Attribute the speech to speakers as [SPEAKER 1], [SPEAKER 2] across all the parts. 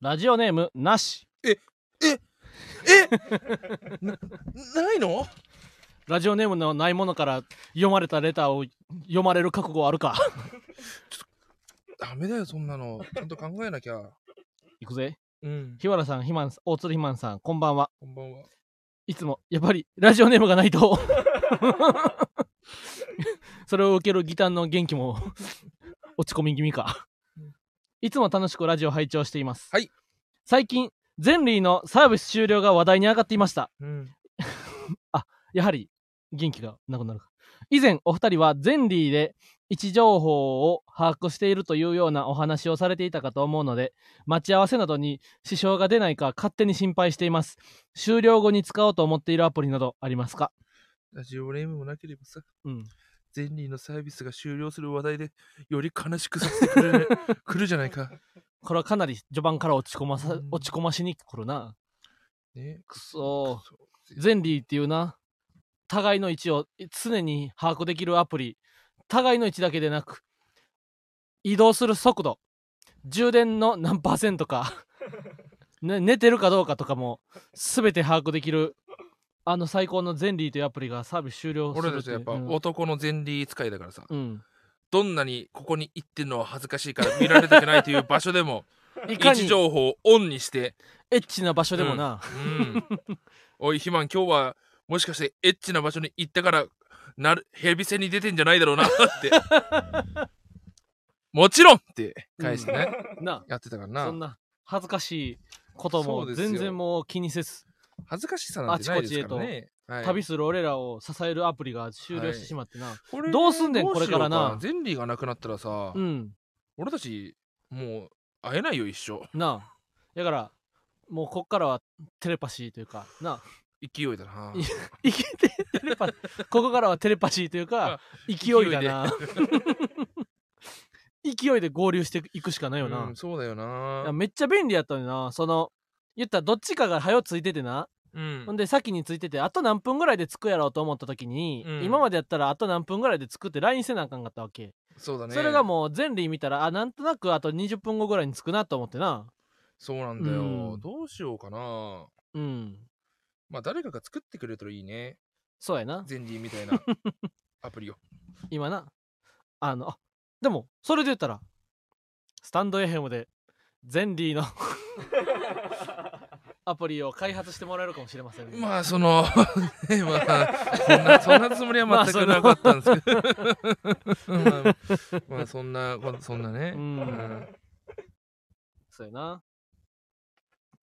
[SPEAKER 1] ラジオネームなし
[SPEAKER 2] えなないの
[SPEAKER 1] ラジオネームのないものから読まれたレターを読まれる覚悟あるか
[SPEAKER 2] ダメだよそんなのちゃんと考えなきゃ
[SPEAKER 1] いくぜ
[SPEAKER 2] うん
[SPEAKER 1] 日原さんひまんさん大鶴ひまんさんこんばんは
[SPEAKER 2] こんばんはい
[SPEAKER 1] つもやっぱりラジオネームがないと それを受けるギターの元気も 落ち込み気味かいつも楽しくラジオ拝聴しています、
[SPEAKER 2] はい
[SPEAKER 1] 最近ゼンリーのサービス終了が話題に上がっていました
[SPEAKER 2] うん
[SPEAKER 1] やはり元気がなくなるか。以前お二人はゼンリーで位置情報を把握しているというようなお話をされていたかと思うので待ち合わせなどに支障が出ないか勝手に心配しています終了後に使おうと思っているアプリなどありますか
[SPEAKER 2] ラジオネームもなければさ
[SPEAKER 1] うん
[SPEAKER 2] ゼンリーのサービスが終了する話題でより悲しくさせてくれ るくるじゃないか
[SPEAKER 1] これはかなり序盤から落ち込まさ
[SPEAKER 2] うん
[SPEAKER 1] 落ち込ましに来るな
[SPEAKER 2] ね
[SPEAKER 1] くそ
[SPEAKER 2] そう
[SPEAKER 1] ーゼンリーっていうな互いの位置を常に把握できるアプリ互いの位置だけでなく移動する速度充電の何パーセント か、ね、寝てるかどうかとかも全て把握できるあの最高のゼンリーというアプリがサービス終了する
[SPEAKER 2] 俺
[SPEAKER 1] って
[SPEAKER 2] た
[SPEAKER 1] い
[SPEAKER 2] ちはや
[SPEAKER 1] う
[SPEAKER 2] っぱ
[SPEAKER 1] うん
[SPEAKER 2] 男の前例使いだからさ、
[SPEAKER 1] うん
[SPEAKER 2] どんなにここに行ってんのは恥ずかしいから見られたくないという場所でも
[SPEAKER 1] い
[SPEAKER 2] 位
[SPEAKER 1] かに
[SPEAKER 2] 置情報をオンにして、
[SPEAKER 1] エッチな場所でもな、
[SPEAKER 2] うん、おいひまん今日はもしかしてエッチな場所に行ったからなるヘビ戦に出てんじゃないだろうなって もちろんって返してね、
[SPEAKER 1] な
[SPEAKER 2] やってたから
[SPEAKER 1] そ
[SPEAKER 2] なん
[SPEAKER 1] な恥ずかしいこと
[SPEAKER 2] そ
[SPEAKER 1] も
[SPEAKER 2] うですよ
[SPEAKER 1] 全然もう気にせず
[SPEAKER 2] 恥ずかしさなんてないですからね、はい
[SPEAKER 1] 旅する俺らを支えるアプリが終了してしまってな、
[SPEAKER 2] これ
[SPEAKER 1] どうすんねん
[SPEAKER 2] どうしよう
[SPEAKER 1] これからな
[SPEAKER 2] 前例がなくなったらさ、
[SPEAKER 1] うん
[SPEAKER 2] 俺たちもう会えないよ一生
[SPEAKER 1] なあだからもうこっからはテレパシーというかなあ
[SPEAKER 2] 勢いだない
[SPEAKER 1] 生きてテレパここからはテレパシーというか勢いだな 勢いで合流していくしかないよな、
[SPEAKER 2] うん、そうだよ
[SPEAKER 1] いや
[SPEAKER 2] な
[SPEAKER 1] めっちゃ便利やったのになその言ったらどっちかが早うついててな、
[SPEAKER 2] うん
[SPEAKER 1] ほんで先についててあと何分ぐらいで着くやろうと思った時に、
[SPEAKER 2] うん
[SPEAKER 1] 今までやったらあと何分ぐらいで着くって LINE せなあかんかったわけ、
[SPEAKER 2] そうだね
[SPEAKER 1] それがもう全理見たらあなんとなくあと20分後ぐらいに着くなと思ってな
[SPEAKER 2] そうなんだよ、
[SPEAKER 1] うん
[SPEAKER 2] どうしようかな
[SPEAKER 1] うん
[SPEAKER 2] まあ誰かが作ってくれるといいね
[SPEAKER 1] そうやな
[SPEAKER 2] ゼンリーみたい なアプリを
[SPEAKER 1] 今なあのあでもそれで言ったらスタンドエヘムでゼンリーのアプリを開発してもらえるかもしれませんね、
[SPEAKER 2] まあその ねまあ そんなそんなつもりは全くなかったんですけどまあ まあそんなこそんなね、
[SPEAKER 1] うん
[SPEAKER 2] うん
[SPEAKER 1] そうやな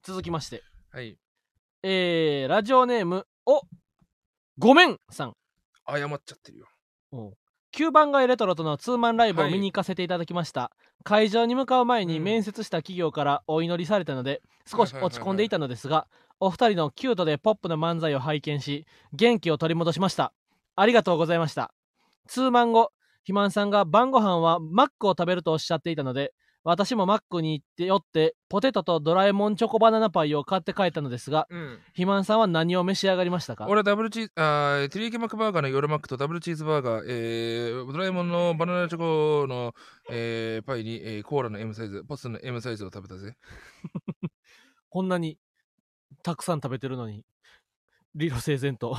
[SPEAKER 1] 続きまして
[SPEAKER 2] はい
[SPEAKER 1] えー、ラジオネームおごめんさん
[SPEAKER 2] 謝っちゃってるよ
[SPEAKER 1] 9番街レトロとのツーマンライブを
[SPEAKER 2] はい
[SPEAKER 1] 見に行かせていただきました、会場に向かう前に
[SPEAKER 2] うん
[SPEAKER 1] 面接した企業からお祈りされたので少し
[SPEAKER 2] はいはいはいはい
[SPEAKER 1] 落ち込んでいたのですがお二人のキュートでポップな漫才を拝見し元気を取り戻しましたありがとうございましたツーマン後肥満さんが晩ご飯はマックを食べるとおっしゃっていたので私もマックに行って寄ってポテトとドラえもんチョコバナナパイを買って帰ったのですが
[SPEAKER 2] うん
[SPEAKER 1] 肥満さんは何を召し上がりましたか
[SPEAKER 2] 俺はダブルチーズ、あーテリヤキマックバーガーの夜マックとダブルチーズバーガー、えー、ドラえもんのバナナチョコの、えー、パイに、えー、コーラの M サイズ、ポストの M サイズを食べたぜ。
[SPEAKER 1] こんなにたくさん食べてるのに理路整然 と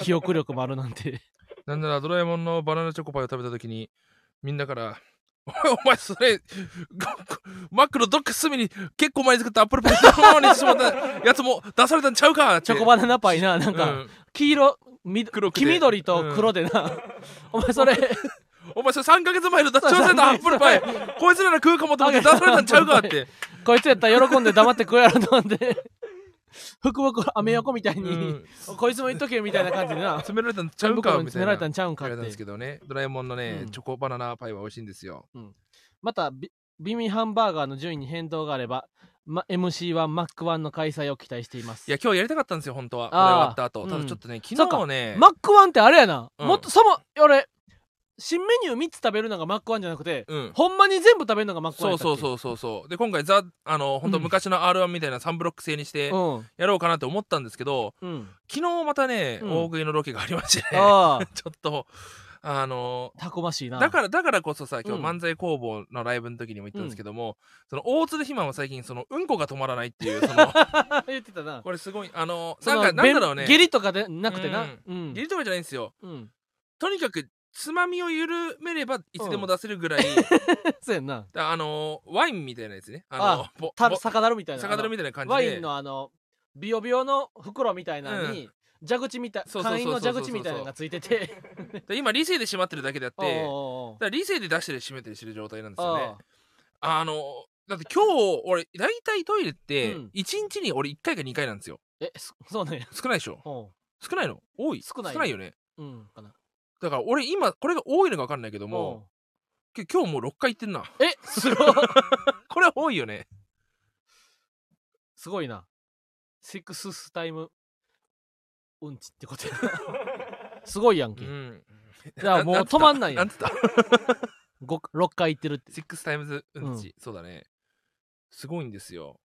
[SPEAKER 1] 記憶力もあるなんて
[SPEAKER 2] なんならドラえもんのバナナチョコパイを食べたときに、みんなから、お前、お前それ、マックのどっか隅に結構前に作ったアップルパイのままにしてしまったやつも出されたんちゃうかって
[SPEAKER 1] チョコバナナパイななん
[SPEAKER 2] う
[SPEAKER 1] か
[SPEAKER 2] ん
[SPEAKER 1] 黄色、み
[SPEAKER 2] 黒くて
[SPEAKER 1] 黄緑と黒でな、 お前それ
[SPEAKER 2] お前それ3ヶ月前の出されたアップルパイ、こいつらの食うかもと思って出されたんちゃうかって。
[SPEAKER 1] こいつやったら喜んで黙って食うやろと思って福袋アメ横みたいに、
[SPEAKER 2] うん
[SPEAKER 1] こいつも言っとけみたいな感じでな
[SPEAKER 2] 詰められたんちゃ
[SPEAKER 1] 紙
[SPEAKER 2] うか
[SPEAKER 1] 袋に
[SPEAKER 2] みた
[SPEAKER 1] 詰め
[SPEAKER 2] いな
[SPEAKER 1] られたんちゃうんか
[SPEAKER 2] あ
[SPEAKER 1] っ
[SPEAKER 2] れなんです
[SPEAKER 1] て
[SPEAKER 2] けどね、ドラえもんのね、
[SPEAKER 1] うん
[SPEAKER 2] チョコバナナパイは美味しいんですよ。
[SPEAKER 1] またビビミハンバーガーの順位に変動があれば、ま、MC はマックワンの開催を期待しています
[SPEAKER 2] いや、今日やりたかったんですよ、本当は。これ
[SPEAKER 1] あー
[SPEAKER 2] 終わった後。た
[SPEAKER 1] う
[SPEAKER 2] だ
[SPEAKER 1] ん
[SPEAKER 2] ちょっとね、
[SPEAKER 1] そ
[SPEAKER 2] 昨
[SPEAKER 1] うか
[SPEAKER 2] 日ね、
[SPEAKER 1] マックワンってあれやな、
[SPEAKER 2] うん
[SPEAKER 1] もっとそも俺新メニュー3つ食べるのがマックワンじゃなくて
[SPEAKER 2] うん。
[SPEAKER 1] ほんまに全部食べるのがマックワン
[SPEAKER 2] そ
[SPEAKER 1] や
[SPEAKER 2] う
[SPEAKER 1] ったっ
[SPEAKER 2] そうそうそうそう。で、今回、ザ、あの、本当
[SPEAKER 1] うん
[SPEAKER 2] 昔の R1 みたいな3ブロック制にして
[SPEAKER 1] けうん
[SPEAKER 2] やろうかなと思ったんですけど、
[SPEAKER 1] うん
[SPEAKER 2] 昨日またね、
[SPEAKER 1] うん
[SPEAKER 2] 大食いのロケがありましてね、
[SPEAKER 1] ああ
[SPEAKER 2] ちょっと、あの
[SPEAKER 1] たこましいな
[SPEAKER 2] だからだからこそさ今日
[SPEAKER 1] うん
[SPEAKER 2] 漫才工房のライブの時にも言ったんですけども、その大鶴ひまは最近そのうんこが止まらないって いうその
[SPEAKER 1] 言ってたな
[SPEAKER 2] これすごいあの
[SPEAKER 1] そ
[SPEAKER 2] なん
[SPEAKER 1] の
[SPEAKER 2] かなんだろう
[SPEAKER 1] べ
[SPEAKER 2] ね
[SPEAKER 1] ん下痢とかでなくてな
[SPEAKER 2] うん
[SPEAKER 1] うん
[SPEAKER 2] ゲリとかじゃないんですよ
[SPEAKER 1] うん
[SPEAKER 2] とにかくつまみを緩めればいつでも出せるぐらい、
[SPEAKER 1] そうやんな
[SPEAKER 2] だあのワインみたいなやつねあの
[SPEAKER 1] あ
[SPEAKER 2] ぼ
[SPEAKER 1] た
[SPEAKER 2] ぼ
[SPEAKER 1] 酒だるみたいな
[SPEAKER 2] 酒樽みたいな感じで
[SPEAKER 1] ワインのあのビヨビヨの袋みたいなのに、蛇口みたい
[SPEAKER 2] そうそうそう
[SPEAKER 1] 簡易
[SPEAKER 2] そう
[SPEAKER 1] の
[SPEAKER 2] そう
[SPEAKER 1] 蛇口みたいなのがついてて
[SPEAKER 2] で今理性で閉まってるだけであっ
[SPEAKER 1] おう
[SPEAKER 2] て
[SPEAKER 1] おうおう
[SPEAKER 2] だから理性で出したり閉めたりしてる状態なんですよね
[SPEAKER 1] あ
[SPEAKER 2] あのだって今日俺大体トイレって
[SPEAKER 1] うん
[SPEAKER 2] 1日に俺1回か2回なんですよ
[SPEAKER 1] えそそうね
[SPEAKER 2] 少ないでしょ
[SPEAKER 1] おう
[SPEAKER 2] 少ないの多い
[SPEAKER 1] 少ない
[SPEAKER 2] よね
[SPEAKER 1] うんかな
[SPEAKER 2] だから俺今これが多いのか分かんないけども
[SPEAKER 1] お
[SPEAKER 2] け今日もう6回行ってんな
[SPEAKER 1] うえすごい
[SPEAKER 2] これ多いよね
[SPEAKER 1] すごいなセックススタイムうんちってことやすごいやん
[SPEAKER 2] う
[SPEAKER 1] け、
[SPEAKER 2] ん
[SPEAKER 1] じゃあもう
[SPEAKER 2] な
[SPEAKER 1] 止まんないや
[SPEAKER 2] なん
[SPEAKER 1] ん
[SPEAKER 2] つった
[SPEAKER 1] ご6回行ってるって
[SPEAKER 2] シックスタイムズうんち、そうだねすごいんですよ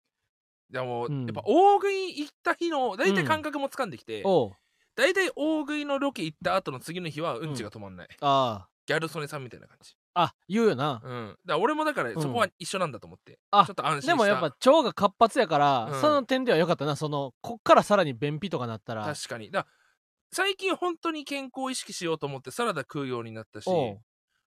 [SPEAKER 2] いやもう、
[SPEAKER 1] うん
[SPEAKER 2] やっぱ大食い行った日の大体感覚もつかんできて、
[SPEAKER 1] おう
[SPEAKER 2] 大体大食いのロケ行った後の次の日はうんちが止まんない、
[SPEAKER 1] あ
[SPEAKER 2] ギャル曽根さんみたいな感じ
[SPEAKER 1] ああ言うよな、
[SPEAKER 2] うんだから俺もだから
[SPEAKER 1] うん
[SPEAKER 2] そこは一緒なんだと思って、
[SPEAKER 1] あ
[SPEAKER 2] ちょっと安心した
[SPEAKER 1] でもやっぱ腸が活発やから、
[SPEAKER 2] うん
[SPEAKER 1] その点では良かったなそのこっからさらに便秘とかなったら
[SPEAKER 2] 確かにだから最近本当に健康を意識しようと思ってサラダ食うようになったし
[SPEAKER 1] おう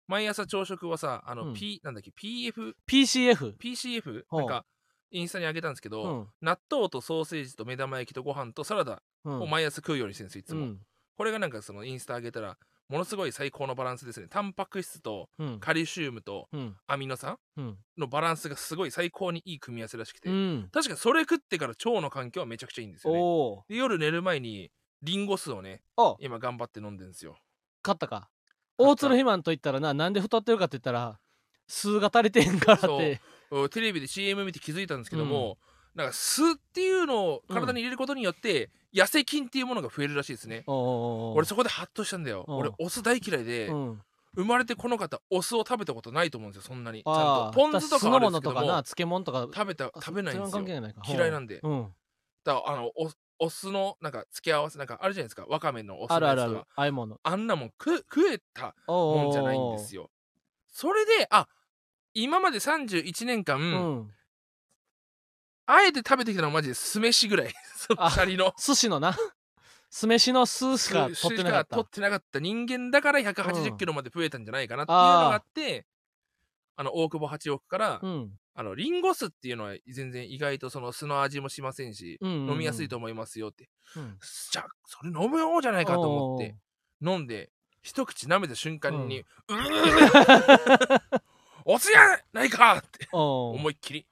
[SPEAKER 2] 毎朝朝食はさあの、
[SPEAKER 1] うん
[SPEAKER 2] P なんだっけ PF
[SPEAKER 1] PCF
[SPEAKER 2] PCF
[SPEAKER 1] おう
[SPEAKER 2] なんかインスタにあげたんですけど、
[SPEAKER 1] うん
[SPEAKER 2] 納豆とソーセージと目玉焼きとご飯とサラダ
[SPEAKER 1] うん
[SPEAKER 2] を毎朝食うようにしてるんですいつ
[SPEAKER 1] う
[SPEAKER 2] も、
[SPEAKER 1] ん
[SPEAKER 2] これがなんかそのインスタ上げたらものすごい最高のバランスですねタンパク質と
[SPEAKER 1] うん
[SPEAKER 2] カリシウムと
[SPEAKER 1] うん
[SPEAKER 2] アミノ酸
[SPEAKER 1] うん
[SPEAKER 2] のバランスがすごい最高にいい組み合わせらしくて、
[SPEAKER 1] うん
[SPEAKER 2] 確かにそれ食ってから腸の環境はめちゃくちゃいいんですよね
[SPEAKER 1] おー
[SPEAKER 2] で夜寝る前にリンゴ酢をね
[SPEAKER 1] お
[SPEAKER 2] 今頑張って飲んでるんですよ
[SPEAKER 1] 勝ったか
[SPEAKER 2] 勝った
[SPEAKER 1] 大鶴肥満と言ったらななんで太ってるかって言ったら数が足りてんからって
[SPEAKER 2] うんテレビで CM 見て気づいたんですけども、なんか酢っていうのを体に入れることによって、痩せ菌っていうものが増えるらしいですね
[SPEAKER 1] おうおうおう
[SPEAKER 2] 俺そこでハッとしたんだよ
[SPEAKER 1] うん
[SPEAKER 2] 俺お酢大嫌いで、
[SPEAKER 1] うん
[SPEAKER 2] 生まれてこの方お酢を食べたことないと思うんですよそんなにちゃ
[SPEAKER 1] あー
[SPEAKER 2] んとポン酢とかは
[SPEAKER 1] 酢の
[SPEAKER 2] ある
[SPEAKER 1] 物
[SPEAKER 2] んですけ
[SPEAKER 1] と
[SPEAKER 2] ど
[SPEAKER 1] か
[SPEAKER 2] も
[SPEAKER 1] な漬物とか
[SPEAKER 2] 食べた食べないんです
[SPEAKER 1] そ
[SPEAKER 2] よ
[SPEAKER 1] れは関係ないか
[SPEAKER 2] 嫌いなんで
[SPEAKER 1] うん
[SPEAKER 2] だからあのおお酢のなんか付け合わせなんかあるじゃないですかわかめのお酢
[SPEAKER 1] あ
[SPEAKER 2] の
[SPEAKER 1] るあ
[SPEAKER 2] や
[SPEAKER 1] る
[SPEAKER 2] つと
[SPEAKER 1] ある
[SPEAKER 2] か
[SPEAKER 1] ああいうもの
[SPEAKER 2] あんなもん食食えた
[SPEAKER 1] おうおうお
[SPEAKER 2] も
[SPEAKER 1] うん
[SPEAKER 2] じゃないんですよそれであ今まで31年間、
[SPEAKER 1] うん
[SPEAKER 2] あえて食べてきたのはマジで酢飯ぐらい その
[SPEAKER 1] あ
[SPEAKER 2] シャリの
[SPEAKER 1] 寿司のな酢飯の酢しか取ってなかっ
[SPEAKER 2] 取ったてなかった人間だから
[SPEAKER 1] う
[SPEAKER 2] 180
[SPEAKER 1] ん
[SPEAKER 2] キロまで増えたんじゃないかなっていうのがあってあの大久保八億から、
[SPEAKER 1] うん
[SPEAKER 2] あのリンゴ酢っていうのは全然意外とその酢の味もしませんし、飲
[SPEAKER 1] 飲
[SPEAKER 2] みやすいと思いますよって
[SPEAKER 1] うん
[SPEAKER 2] じゃあそれ飲むようじゃないかと思って
[SPEAKER 1] お
[SPEAKER 2] 飲んで一口舐めた瞬間に「うーお酢やないか!」って
[SPEAKER 1] ーおー
[SPEAKER 2] 思いっきり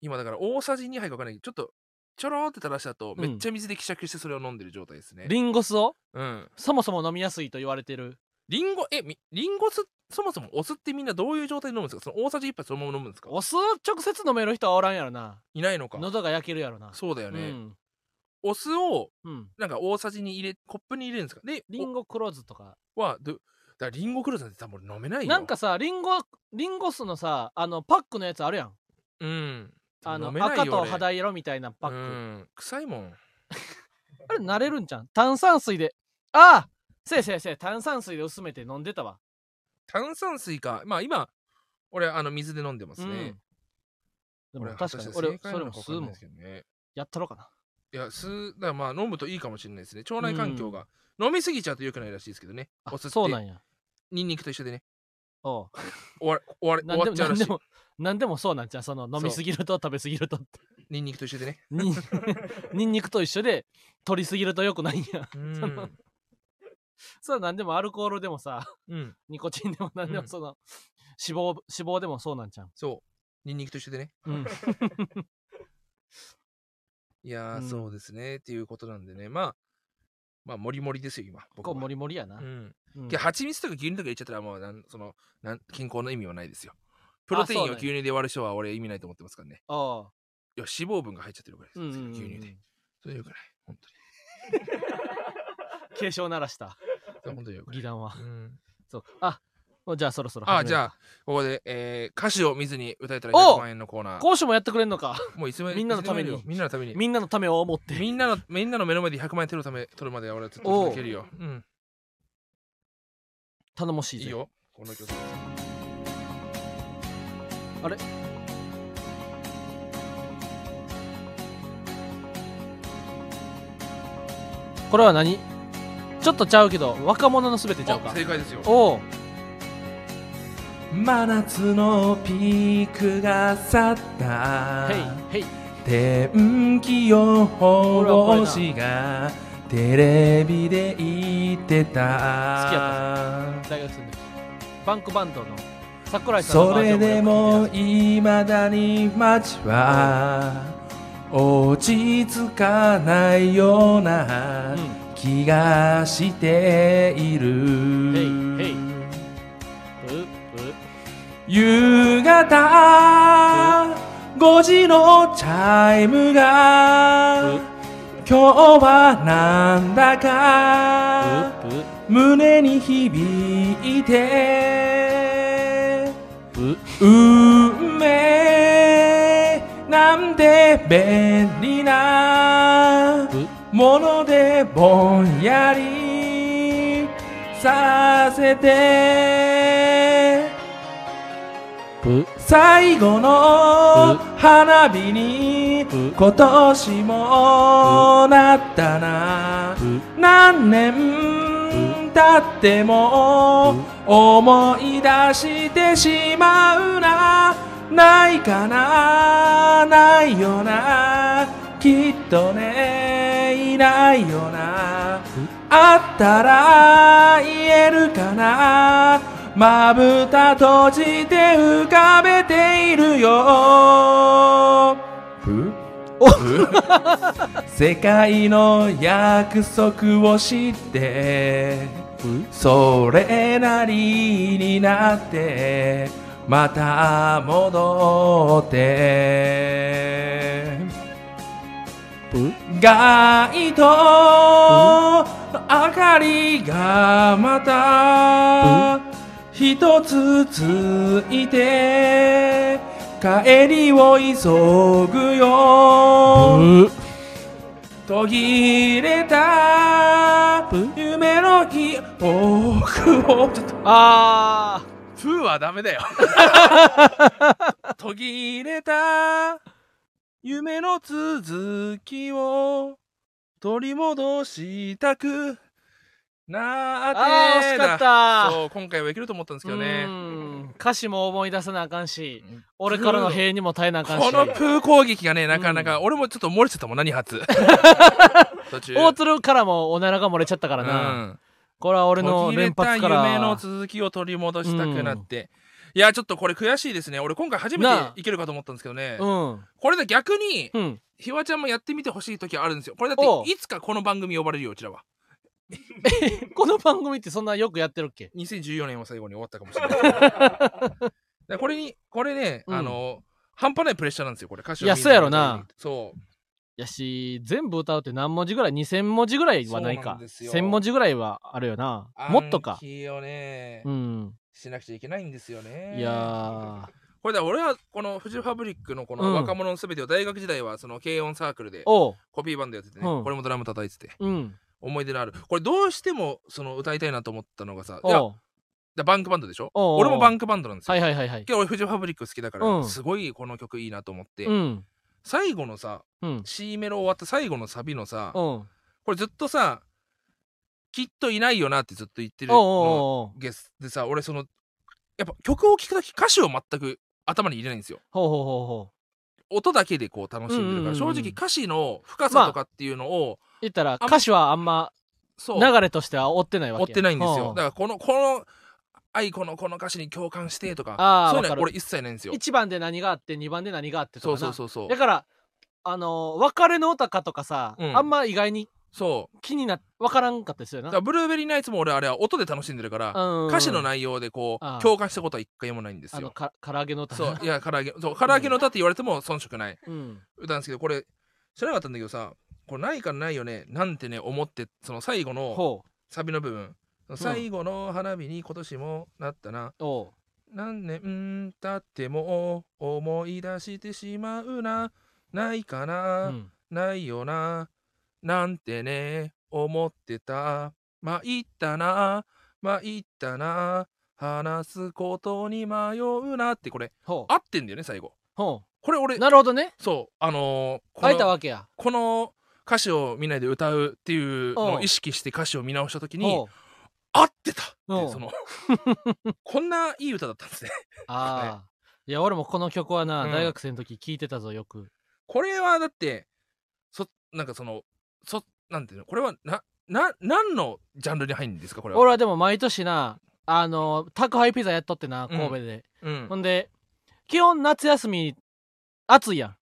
[SPEAKER 2] 今だから大さじ2杯か分かんないけどちょっとちょろーって垂らした
[SPEAKER 1] う
[SPEAKER 2] 後、
[SPEAKER 1] ん
[SPEAKER 2] めっちゃ水で希釈してそれを飲んでる状態ですね
[SPEAKER 1] リンゴ酢を
[SPEAKER 2] うん
[SPEAKER 1] そもそも飲みやすいと言われてる
[SPEAKER 2] リンゴえみリンゴ酢そもそもお酢ってみんなどういう状態で飲むんですかその大さじ1杯そのまま飲むんですか
[SPEAKER 1] お酢を直接飲める人はおらんやろない
[SPEAKER 2] ないのか
[SPEAKER 1] 喉が焼けるやろな
[SPEAKER 2] そうだよね、
[SPEAKER 1] うん
[SPEAKER 2] お酢を
[SPEAKER 1] うん
[SPEAKER 2] なんか大さじに入れコップに入れるんですかで
[SPEAKER 1] リンゴ黒酢とか
[SPEAKER 2] おはどだからリンゴクルーズなんて多分俺飲めないよ
[SPEAKER 1] なんかさリンゴリンゴ酢のさあのパックのやつあるやん
[SPEAKER 2] うん
[SPEAKER 1] あの
[SPEAKER 2] 飲めないよ
[SPEAKER 1] 赤と
[SPEAKER 2] 俺
[SPEAKER 1] 肌色みたいなパッ
[SPEAKER 2] う
[SPEAKER 1] ク
[SPEAKER 2] ん臭いもん
[SPEAKER 1] あれ慣れるんじゃん炭酸水でああせいせいせい炭酸水で薄めて飲んでたわ
[SPEAKER 2] 炭酸水かまあ今俺あの水で飲んでますね、
[SPEAKER 1] うんで
[SPEAKER 2] 俺
[SPEAKER 1] も確かに
[SPEAKER 2] 果た
[SPEAKER 1] 俺
[SPEAKER 2] して正解
[SPEAKER 1] それ
[SPEAKER 2] なの
[SPEAKER 1] も
[SPEAKER 2] か
[SPEAKER 1] 吸
[SPEAKER 2] 分
[SPEAKER 1] う
[SPEAKER 2] かん
[SPEAKER 1] も
[SPEAKER 2] な
[SPEAKER 1] ん
[SPEAKER 2] いですけどね
[SPEAKER 1] やったろかない
[SPEAKER 2] や吸うだからまあ飲むといいかもしれないですね腸内環境が、飲みすぎちゃうと良くないらしいですけどね
[SPEAKER 1] あ
[SPEAKER 2] お酢って
[SPEAKER 1] そうなんや
[SPEAKER 2] ニンニクと一緒でね
[SPEAKER 1] おう
[SPEAKER 2] 終わ終わり終
[SPEAKER 1] 何
[SPEAKER 2] わ
[SPEAKER 1] で
[SPEAKER 2] っ
[SPEAKER 1] も
[SPEAKER 2] ちゃう
[SPEAKER 1] 何
[SPEAKER 2] らし
[SPEAKER 1] で
[SPEAKER 2] い
[SPEAKER 1] も何でもそうなんじゃうその飲み
[SPEAKER 2] そう
[SPEAKER 1] すぎると食べすぎると って
[SPEAKER 2] ニンニクと一 緒でね
[SPEAKER 1] にニンニクと一緒で取りすぎるとよくないん や
[SPEAKER 2] う
[SPEAKER 1] そ
[SPEAKER 2] ん
[SPEAKER 1] のそうなんでもアルコールでもさ
[SPEAKER 2] うん
[SPEAKER 1] ニコチンでもなんで
[SPEAKER 2] う
[SPEAKER 1] も
[SPEAKER 2] ん
[SPEAKER 1] その、脂肪脂肪でもそうなんじゃん、
[SPEAKER 2] そうニンニクと一緒でね
[SPEAKER 1] うん、
[SPEAKER 2] いやー、
[SPEAKER 1] うん
[SPEAKER 2] そうですねっていうことなんでねまあまあもりもりですよ今僕
[SPEAKER 1] こう
[SPEAKER 2] は
[SPEAKER 1] モリモリやな、
[SPEAKER 2] うん
[SPEAKER 1] うん
[SPEAKER 2] いや蜂蜜とか牛乳とか入れちゃったらもうなんそのなん健康の意味はないですよプロテイン
[SPEAKER 1] あ
[SPEAKER 2] を
[SPEAKER 1] そうなん
[SPEAKER 2] 牛
[SPEAKER 1] や
[SPEAKER 2] 乳で割る人は俺意味ないと思ってますからね
[SPEAKER 1] おう
[SPEAKER 2] いや脂肪分が入っちゃってるからいです
[SPEAKER 1] うんうんうんうん
[SPEAKER 2] 牛乳でそれよくない本
[SPEAKER 1] 警鐘鳴らした
[SPEAKER 2] 当に本当によくない
[SPEAKER 1] 議談は
[SPEAKER 2] うん
[SPEAKER 1] そうあもうじゃあそろそろ
[SPEAKER 2] あじ
[SPEAKER 1] あ
[SPEAKER 2] ゃあここで、えー歌詞を見ずに歌えたら
[SPEAKER 1] お
[SPEAKER 2] 100万円のコーナー
[SPEAKER 1] 講師もやってくれんのか
[SPEAKER 2] もういつも
[SPEAKER 1] みんなのために
[SPEAKER 2] いつでもやるよみんなのために
[SPEAKER 1] みんなのためを思って
[SPEAKER 2] みんなのみんなの目の前で100万円取るため取るまで俺はずっと続けるよ、うん、
[SPEAKER 1] 頼もしい
[SPEAKER 2] い
[SPEAKER 1] ぜ
[SPEAKER 2] いよこの曲
[SPEAKER 1] これは何ちょっとちゃうけど若者のすべてちゃう
[SPEAKER 2] あ
[SPEAKER 1] か
[SPEAKER 2] 正解ですよ
[SPEAKER 1] おお
[SPEAKER 3] 真夏のピークが去っ
[SPEAKER 1] へ
[SPEAKER 3] た
[SPEAKER 1] いへい
[SPEAKER 3] 天気予報士がテレビで言って
[SPEAKER 1] 好き
[SPEAKER 3] た
[SPEAKER 1] 大学生の時バンクバンドの桜井さんの
[SPEAKER 3] そ
[SPEAKER 1] バージョ
[SPEAKER 3] れ
[SPEAKER 1] ンをやっぱ
[SPEAKER 3] でも
[SPEAKER 1] 聞いて
[SPEAKER 3] いまだに街は落ち着かないような
[SPEAKER 1] たうん
[SPEAKER 3] 気がしてい
[SPEAKER 1] へいへい
[SPEAKER 3] る
[SPEAKER 1] うう
[SPEAKER 3] 夕方5時のチャイムが今日はなんだか
[SPEAKER 1] うう
[SPEAKER 3] 胸に響いて
[SPEAKER 1] うう
[SPEAKER 3] 運命なんて便利な
[SPEAKER 1] う
[SPEAKER 3] ものでぼんやりさせて
[SPEAKER 1] う
[SPEAKER 3] 最後の花火に
[SPEAKER 1] う
[SPEAKER 3] 今年もなったな
[SPEAKER 1] う
[SPEAKER 3] 何年経っても思い出してしまうなないかなないよなきっとねいないよなあったら言えるかなまぶた閉じて浮かべているよふ世界の約束を知ってそれなりになってまた戻って街灯の明かりがまた一つついて帰りを急ぐよ途切れた夢の記憶をちょっと
[SPEAKER 1] あー
[SPEAKER 2] プーはダメ だよ
[SPEAKER 3] 途切れた夢の続きを取り戻したくなって
[SPEAKER 1] あー惜しかった
[SPEAKER 2] そう今回はいけると思ったんですけどね
[SPEAKER 1] うーん歌詞も思い出さなあかんし
[SPEAKER 2] うん
[SPEAKER 1] 俺からの塀にも耐えなあかんし
[SPEAKER 2] このプー攻撃がねなかなか、
[SPEAKER 1] う
[SPEAKER 2] 俺もちょっと漏れてたもん 何発途中
[SPEAKER 1] 大鶴からもおならが漏れちゃったからな、
[SPEAKER 2] うん
[SPEAKER 1] これは俺の
[SPEAKER 2] 途切れ
[SPEAKER 1] 連
[SPEAKER 2] た
[SPEAKER 1] 発から
[SPEAKER 2] 夢の続きを取り戻したくなって、いやちょっとこれ悔しいですね俺今回初め
[SPEAKER 1] なあ
[SPEAKER 2] ていけるかと思ったんですけどね、
[SPEAKER 1] うん
[SPEAKER 2] これで逆に
[SPEAKER 1] うん
[SPEAKER 2] ひわちゃんもやってみてほしい時あるんですよこれだ
[SPEAKER 1] お
[SPEAKER 2] っ
[SPEAKER 1] う
[SPEAKER 2] ていつかこの番組呼ばれるようちらは
[SPEAKER 1] この番組ってそんなよくやってるっけ
[SPEAKER 2] 2014年を最後に終わったかもしれない でこれにこれね、
[SPEAKER 1] うん
[SPEAKER 2] あの半端ないプレッシャーなんですよこれ歌詞を
[SPEAKER 1] いや
[SPEAKER 2] 見
[SPEAKER 1] そうやろな
[SPEAKER 2] そう
[SPEAKER 1] やし全部歌うって何文字ぐらい2000文字ぐらいはない
[SPEAKER 2] そうな
[SPEAKER 1] か
[SPEAKER 2] んですよ
[SPEAKER 1] 1000文字ぐらいはあるよなもっと
[SPEAKER 2] 暗
[SPEAKER 1] か
[SPEAKER 2] 記をね、
[SPEAKER 1] うん
[SPEAKER 2] しなくちゃいけないんですよね
[SPEAKER 1] いや
[SPEAKER 2] これだ俺はこのフジファブリックのこ
[SPEAKER 1] う
[SPEAKER 2] の
[SPEAKER 1] ん
[SPEAKER 2] 若者のすべてを大学時代はその軽音サークルで
[SPEAKER 1] ーおう
[SPEAKER 2] コピーバンドやっててね、
[SPEAKER 1] うん
[SPEAKER 2] これもドラム叩いてて
[SPEAKER 1] うん
[SPEAKER 2] 思い出のあるこれどうしてもその歌いたいなと思ったのがさいや
[SPEAKER 1] おう
[SPEAKER 2] だバンクバンドでしょ
[SPEAKER 1] おうおう
[SPEAKER 2] 俺もバンクバンドなんですよ、
[SPEAKER 1] はいはいはいはい
[SPEAKER 2] けど俺フジファブリック好きだから、
[SPEAKER 1] うん
[SPEAKER 2] すごいこの曲いいなと思って、
[SPEAKER 1] うん
[SPEAKER 2] 最後のさ
[SPEAKER 1] うん
[SPEAKER 2] C メロ終わった最後のサビのさ、
[SPEAKER 1] おう
[SPEAKER 2] これずっとさきっといないよなってずっと言ってる
[SPEAKER 1] おう
[SPEAKER 2] の
[SPEAKER 1] おうおう
[SPEAKER 2] ゲスでさ俺そのやっぱ曲を聴くとき歌詞を全く頭に入れないんですよ
[SPEAKER 1] ほうほうほうほう
[SPEAKER 2] 音だけでこう楽しんで
[SPEAKER 1] う
[SPEAKER 2] るか
[SPEAKER 1] ん
[SPEAKER 2] ら
[SPEAKER 1] うんうん
[SPEAKER 2] 正
[SPEAKER 1] うん
[SPEAKER 2] 直歌詞の深さとかっていうのを、
[SPEAKER 1] 言ったら
[SPEAKER 2] あん
[SPEAKER 1] 歌詞はあんま
[SPEAKER 2] そう
[SPEAKER 1] 流れとしては追ってないわ
[SPEAKER 2] 追
[SPEAKER 1] け
[SPEAKER 2] ってないんですよ
[SPEAKER 1] う
[SPEAKER 2] だからこのこの愛子のこの歌詞に共感してと
[SPEAKER 1] あ
[SPEAKER 2] か
[SPEAKER 1] ー
[SPEAKER 2] そうい
[SPEAKER 1] わ
[SPEAKER 2] うの
[SPEAKER 1] か
[SPEAKER 2] は
[SPEAKER 1] る
[SPEAKER 2] 俺一切ないんですよ
[SPEAKER 1] 1番で何があって2番で何があってとか
[SPEAKER 2] そう
[SPEAKER 1] な
[SPEAKER 2] そうそうそう
[SPEAKER 1] だからあのー別れの歌かとかさ、
[SPEAKER 2] うん
[SPEAKER 1] あんま意外に
[SPEAKER 2] そう
[SPEAKER 1] 気にな分からんかったですよ
[SPEAKER 2] だ
[SPEAKER 1] な
[SPEAKER 2] からブルーベリーナイツも俺あれは音で楽しんでるから
[SPEAKER 1] うん
[SPEAKER 2] 歌詞の内容でこ
[SPEAKER 1] あー
[SPEAKER 2] う共感したことは一回もないんです
[SPEAKER 1] あの
[SPEAKER 2] よ
[SPEAKER 1] か唐揚げの歌
[SPEAKER 2] そういや唐揚げそう唐揚げの歌って言われても遜色ない
[SPEAKER 1] うん
[SPEAKER 2] 歌なんですけどこれ知らなかったんだけどさこれないからないよねなんてね思ってその最後の
[SPEAKER 1] ほ
[SPEAKER 2] サビの部分最後の花火に今年もなったな
[SPEAKER 1] うおう
[SPEAKER 2] 何年経っても思い出してしまうなないか
[SPEAKER 1] う
[SPEAKER 2] な、
[SPEAKER 1] ん
[SPEAKER 2] ないよななんてね思ってたまいったな参ったな話すことに迷うなってこれ
[SPEAKER 1] ほう
[SPEAKER 2] 合ってんだよね最後
[SPEAKER 1] ほ
[SPEAKER 2] これ俺
[SPEAKER 1] うなるほどね
[SPEAKER 2] そうあのー、こ
[SPEAKER 1] 書いた
[SPEAKER 2] の
[SPEAKER 1] わけや
[SPEAKER 2] この歌詞を見ないで歌うっていうのを意識して歌詞を見直した時に
[SPEAKER 1] ほう
[SPEAKER 2] 合ってたって
[SPEAKER 1] うん
[SPEAKER 2] そのこんないい歌だったんですね
[SPEAKER 1] ああいや俺もこの曲はな、
[SPEAKER 2] うん
[SPEAKER 1] 大学生の時聴いてたぞよく
[SPEAKER 2] これはだってそなんかそのそなんていうのこれはなな何のジャンルに入るんですかこれは、
[SPEAKER 1] 俺はでも毎年なあの宅配ピザやっとってな
[SPEAKER 2] うん
[SPEAKER 1] 神戸で、
[SPEAKER 2] うん
[SPEAKER 1] ほ、んで基本夏休み暑いやん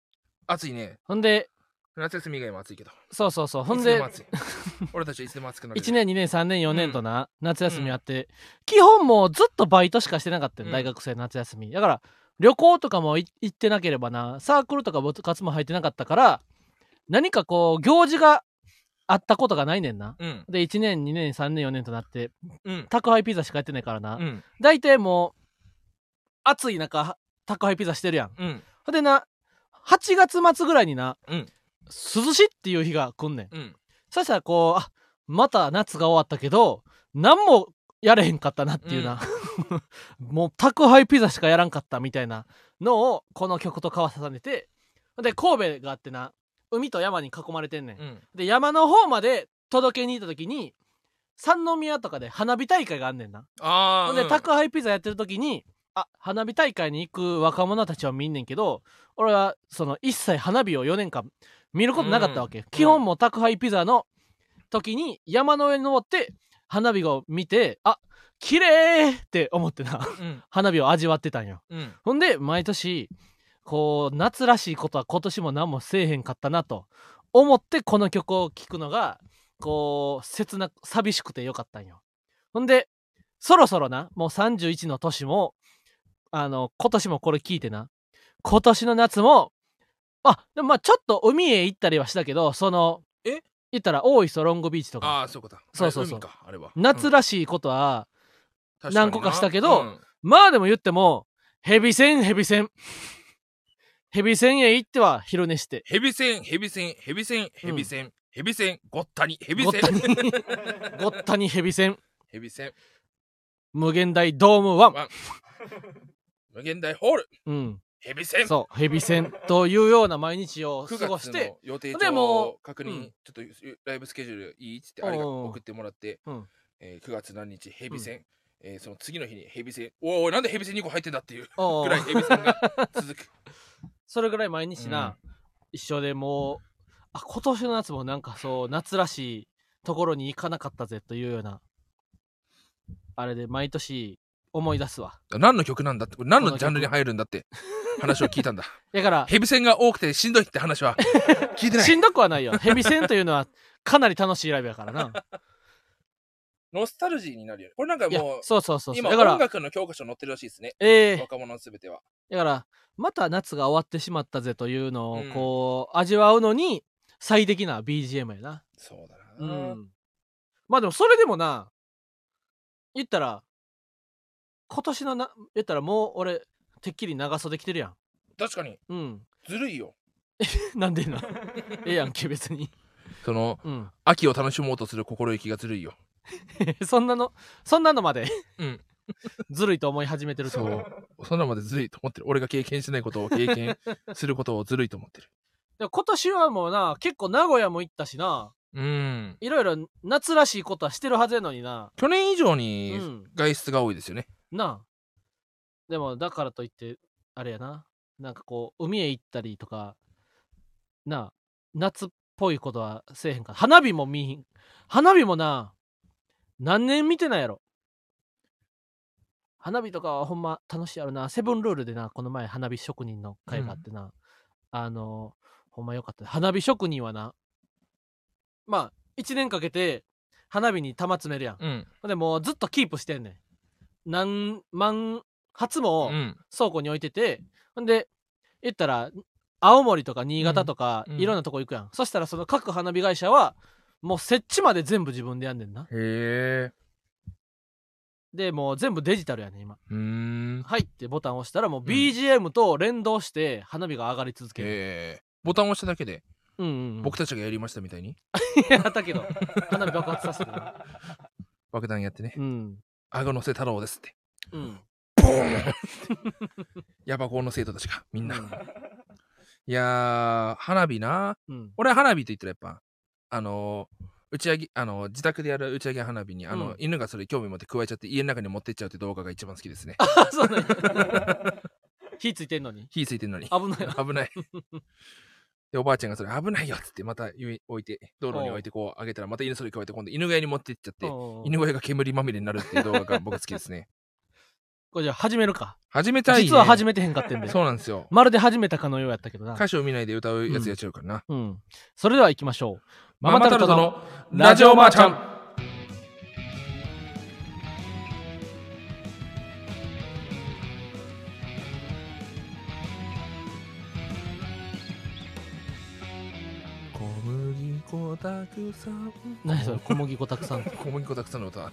[SPEAKER 2] 暑いね
[SPEAKER 1] ほんで
[SPEAKER 2] 夏休み以外も暑いけど
[SPEAKER 1] そうそうそうほ
[SPEAKER 2] い
[SPEAKER 1] ん
[SPEAKER 2] つで
[SPEAKER 1] で
[SPEAKER 2] も暑い 俺たちはいつでも暑くなる
[SPEAKER 1] 1年2年3年4年とな、夏休みあって、基本もうずっとバイトしかしてなかったよ、
[SPEAKER 2] うん
[SPEAKER 1] 大学生の夏休みだから旅行とかもい行ってなければなサークルとか部活も入ってなかったから何かこう行事があったことがないねんな
[SPEAKER 2] うん
[SPEAKER 1] で1年2年3年4年となって
[SPEAKER 2] うん
[SPEAKER 1] 宅配ピザしかやってないからな、
[SPEAKER 2] うん
[SPEAKER 1] 大体もう暑い中宅配ピザしてるやん
[SPEAKER 2] うん
[SPEAKER 1] ほんでな8月末ぐらいにな、
[SPEAKER 2] うん
[SPEAKER 1] 涼しいっていう日が来んねん
[SPEAKER 2] うん
[SPEAKER 1] そしたらこうあまた夏が終わったけど何もやれへんかったなっていうな、 もう宅配ピザしかやらんかったみたいなのをこの曲と交わ重ねてで神戸があってな海と山に囲まれてんねん、
[SPEAKER 2] うん
[SPEAKER 1] で山の方まで届けに行った時に三宮とかで花火大会があんねんな
[SPEAKER 2] ああ
[SPEAKER 1] ほんで宅配ピザやってる時にあ花火大会に行く若者たちは見んねんけど俺はその一切花火を4年間見ることなかったわけ、基本もう宅配ピザの時に山の上に登って花火を見てあ綺麗って思ってな
[SPEAKER 2] うん
[SPEAKER 1] 花火を味わってたんよ
[SPEAKER 2] うん
[SPEAKER 1] ほんで毎年こう夏らしいことは今年も何もせえへんかったなと思ってこの曲を聴くのがこう切なく寂しくてよかったんよほんでそろそろなもう31の年もあの今年もこれ聞いてな今年の夏もあでもまあちょっと海へ行ったりはしたけどその
[SPEAKER 2] え
[SPEAKER 1] 言ったら大磯ロングビーチとか
[SPEAKER 2] ああそういうことだ
[SPEAKER 1] そうそうそう
[SPEAKER 2] あれ海かあれは
[SPEAKER 1] 夏
[SPEAKER 2] だ、
[SPEAKER 1] らしいことは、
[SPEAKER 2] うん
[SPEAKER 1] 何個かしたけどまあでも言ってもヘビ戦ヘビ戦ヘビ戦へ行っては昼寝して
[SPEAKER 2] ヘビ戦ヘビ戦ヘビ戦ヘビ戦ヘビ戦ごったにヘビ
[SPEAKER 1] ごっ
[SPEAKER 2] 戦
[SPEAKER 1] たにごったにヘビ戦
[SPEAKER 2] ヘビ戦
[SPEAKER 1] 無限大ドームワン
[SPEAKER 2] 無限大ホール
[SPEAKER 1] うん
[SPEAKER 2] ヘビ戦
[SPEAKER 1] そうヘビ戦というような毎日を過
[SPEAKER 2] 9
[SPEAKER 1] ご
[SPEAKER 2] 月
[SPEAKER 1] し
[SPEAKER 2] の
[SPEAKER 1] て
[SPEAKER 2] 予定
[SPEAKER 1] で
[SPEAKER 2] 帳
[SPEAKER 1] も
[SPEAKER 2] を確
[SPEAKER 1] う
[SPEAKER 2] 認
[SPEAKER 1] ん、
[SPEAKER 2] ちょっとライブスケジュールいいっつってあれが
[SPEAKER 1] おうおう
[SPEAKER 2] 送ってもらって
[SPEAKER 1] うん、
[SPEAKER 2] えー9月何日ヘビ戦、えーその次の日にヘビ戦おいおいなんでヘビ戦2個入ってんだっていう
[SPEAKER 1] おう
[SPEAKER 2] ぐらいヘビ戦 が続く
[SPEAKER 1] それぐらい毎日な、一緒でもうあ今年の夏もなんかそう夏らしいところに行かなかったぜというようなあれで毎年思い出すわ
[SPEAKER 2] 何の曲なんだってこれ何のジャンルに入るんだって話を聞い たんだ
[SPEAKER 1] だから
[SPEAKER 2] ヘビ戦が多くてしんどいって話は聞いてない
[SPEAKER 1] しんどくはないよヘビ戦というのはかなり楽しいライブやからな
[SPEAKER 2] ノスタルジーになるよねこれなんか
[SPEAKER 1] いや
[SPEAKER 2] もう
[SPEAKER 1] そうそうそうそう
[SPEAKER 2] 今
[SPEAKER 1] だから
[SPEAKER 2] 音楽の教科書載ってるらしいですね
[SPEAKER 1] ええ
[SPEAKER 2] 若者すべては
[SPEAKER 1] だからまた夏が終わってしまったぜというのを
[SPEAKER 2] うん
[SPEAKER 1] こう、味わうのに最適な BGM やな、
[SPEAKER 2] そうだ
[SPEAKER 1] う
[SPEAKER 2] な、
[SPEAKER 1] ん、まあでもそれでもな言ったら今年のな言ったらもう俺てっきり長袖着てるやん
[SPEAKER 2] 確かに
[SPEAKER 1] うん
[SPEAKER 2] ずるいよ
[SPEAKER 1] なんで なええやんけ別に
[SPEAKER 2] その
[SPEAKER 1] うん
[SPEAKER 2] 秋を楽しもうとする心意気がずるいよ
[SPEAKER 1] そんなのそんなのまで、
[SPEAKER 2] うん
[SPEAKER 1] ずるいと思い始めてると
[SPEAKER 2] そう。そんなまでずるいと思ってる。俺が経験しないことを経験することをずるいと思ってる。
[SPEAKER 1] でも今年はもうな結構名古屋も行ったしな
[SPEAKER 2] うん。
[SPEAKER 1] いろいろ夏らしいことはしてるはずやのにな
[SPEAKER 2] 去年以上
[SPEAKER 1] う
[SPEAKER 2] に
[SPEAKER 1] ん
[SPEAKER 2] 外出が多いですよね。
[SPEAKER 1] なあでもだからといってあれやななんかこう海へ行ったりとかなあ夏っぽいことはせえへんから花火も見ひん花火もな何年見てないやろ花火とかはほんま楽しいやろなセブンルールでなこの前花火職人の会があってな、あのほんまよかった花火職人はなまあ1年かけて花火に玉詰めるやん
[SPEAKER 2] うん。
[SPEAKER 1] ほんでもうずっとキープしてんねん。何万発も
[SPEAKER 2] うん。
[SPEAKER 1] 倉庫に置いてて、ほんで言ったら青森とか新潟とか
[SPEAKER 2] うんうん
[SPEAKER 1] いろんなとこ行くやん、そしたらその各花火会社はもう設置まで全部自分でやんねんな
[SPEAKER 2] へえ。
[SPEAKER 1] でもう全部デジタルやねん今
[SPEAKER 2] うーん。へ
[SPEAKER 1] はいってボタン押したらもう BGM と連動して花火が上がり続ける、
[SPEAKER 2] え。ボタンを押しただけで、
[SPEAKER 1] うんうん、うん、
[SPEAKER 2] 僕たちがやりましたみたいに、
[SPEAKER 1] やったけど花火爆発させてな
[SPEAKER 2] 爆弾やってね。
[SPEAKER 1] うん
[SPEAKER 2] 顎のせ太郎ですって
[SPEAKER 1] うん
[SPEAKER 2] ヤバ校の生徒たちがみんな、いやー花火な
[SPEAKER 1] うん
[SPEAKER 2] 俺は花火と言ったらやっぱあのー打ち上げあのー自宅でやる打ち上げ花火にあ
[SPEAKER 1] う
[SPEAKER 2] の、
[SPEAKER 1] ん
[SPEAKER 2] 犬がそれ興味持って加えちゃって家の中に持ってっちゃうって動画が一番好きですね
[SPEAKER 1] あそうね 火ついてんのに
[SPEAKER 2] 火ついてるのに
[SPEAKER 1] 危ないな
[SPEAKER 2] 危ないでおばあちゃんがそれ危ないよっつってまたゆい置いて道路に置いてこう上げたらまた犬それ加えて今度犬小屋に持ってっちゃって
[SPEAKER 1] うん
[SPEAKER 2] 犬小屋が煙まみれになるっていう動画が僕好きですね
[SPEAKER 1] これじゃあ始めるか
[SPEAKER 2] 始めたい、ね、
[SPEAKER 1] 実は始めてへんかってんで
[SPEAKER 2] そうなんですよ
[SPEAKER 1] まるで始めたかのようやったけどな
[SPEAKER 2] 歌詞を見ないで歌うやつやっちゃうからな、
[SPEAKER 1] うんそれでは行きましょう
[SPEAKER 2] ママタルトの
[SPEAKER 1] ラ
[SPEAKER 2] ラ
[SPEAKER 1] ジ
[SPEAKER 2] ジ
[SPEAKER 1] オ
[SPEAKER 2] オ
[SPEAKER 1] マー
[SPEAKER 2] マー
[SPEAKER 1] ち
[SPEAKER 2] ち
[SPEAKER 1] ゃ
[SPEAKER 2] ゃ
[SPEAKER 1] ん
[SPEAKER 2] ん小麦粉たくさん
[SPEAKER 1] 何それ小麦粉たくさん
[SPEAKER 2] 小麦粉たくさんの歌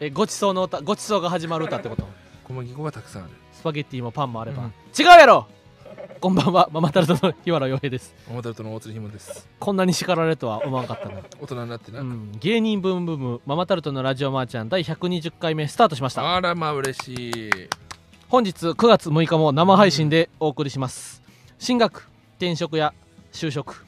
[SPEAKER 1] えごちそうの歌ごちそうが始まる歌ってこと
[SPEAKER 2] 小麦粉がたくさんある
[SPEAKER 1] スパゲッティもパンもあれば、
[SPEAKER 2] うん
[SPEAKER 1] 違うやろこんばんはママタルトの日原洋平です
[SPEAKER 2] ママタルトの大鶴ひもです
[SPEAKER 1] こんなに叱られるとは思わんかったな、
[SPEAKER 2] 大人になってな、
[SPEAKER 1] うん、芸人ブームブームママタルトのラジオマーちゃん第120回目スタートしました
[SPEAKER 2] あらまあ嬉しい
[SPEAKER 1] 本日9月6日も生配信でお送りします進学転職や就職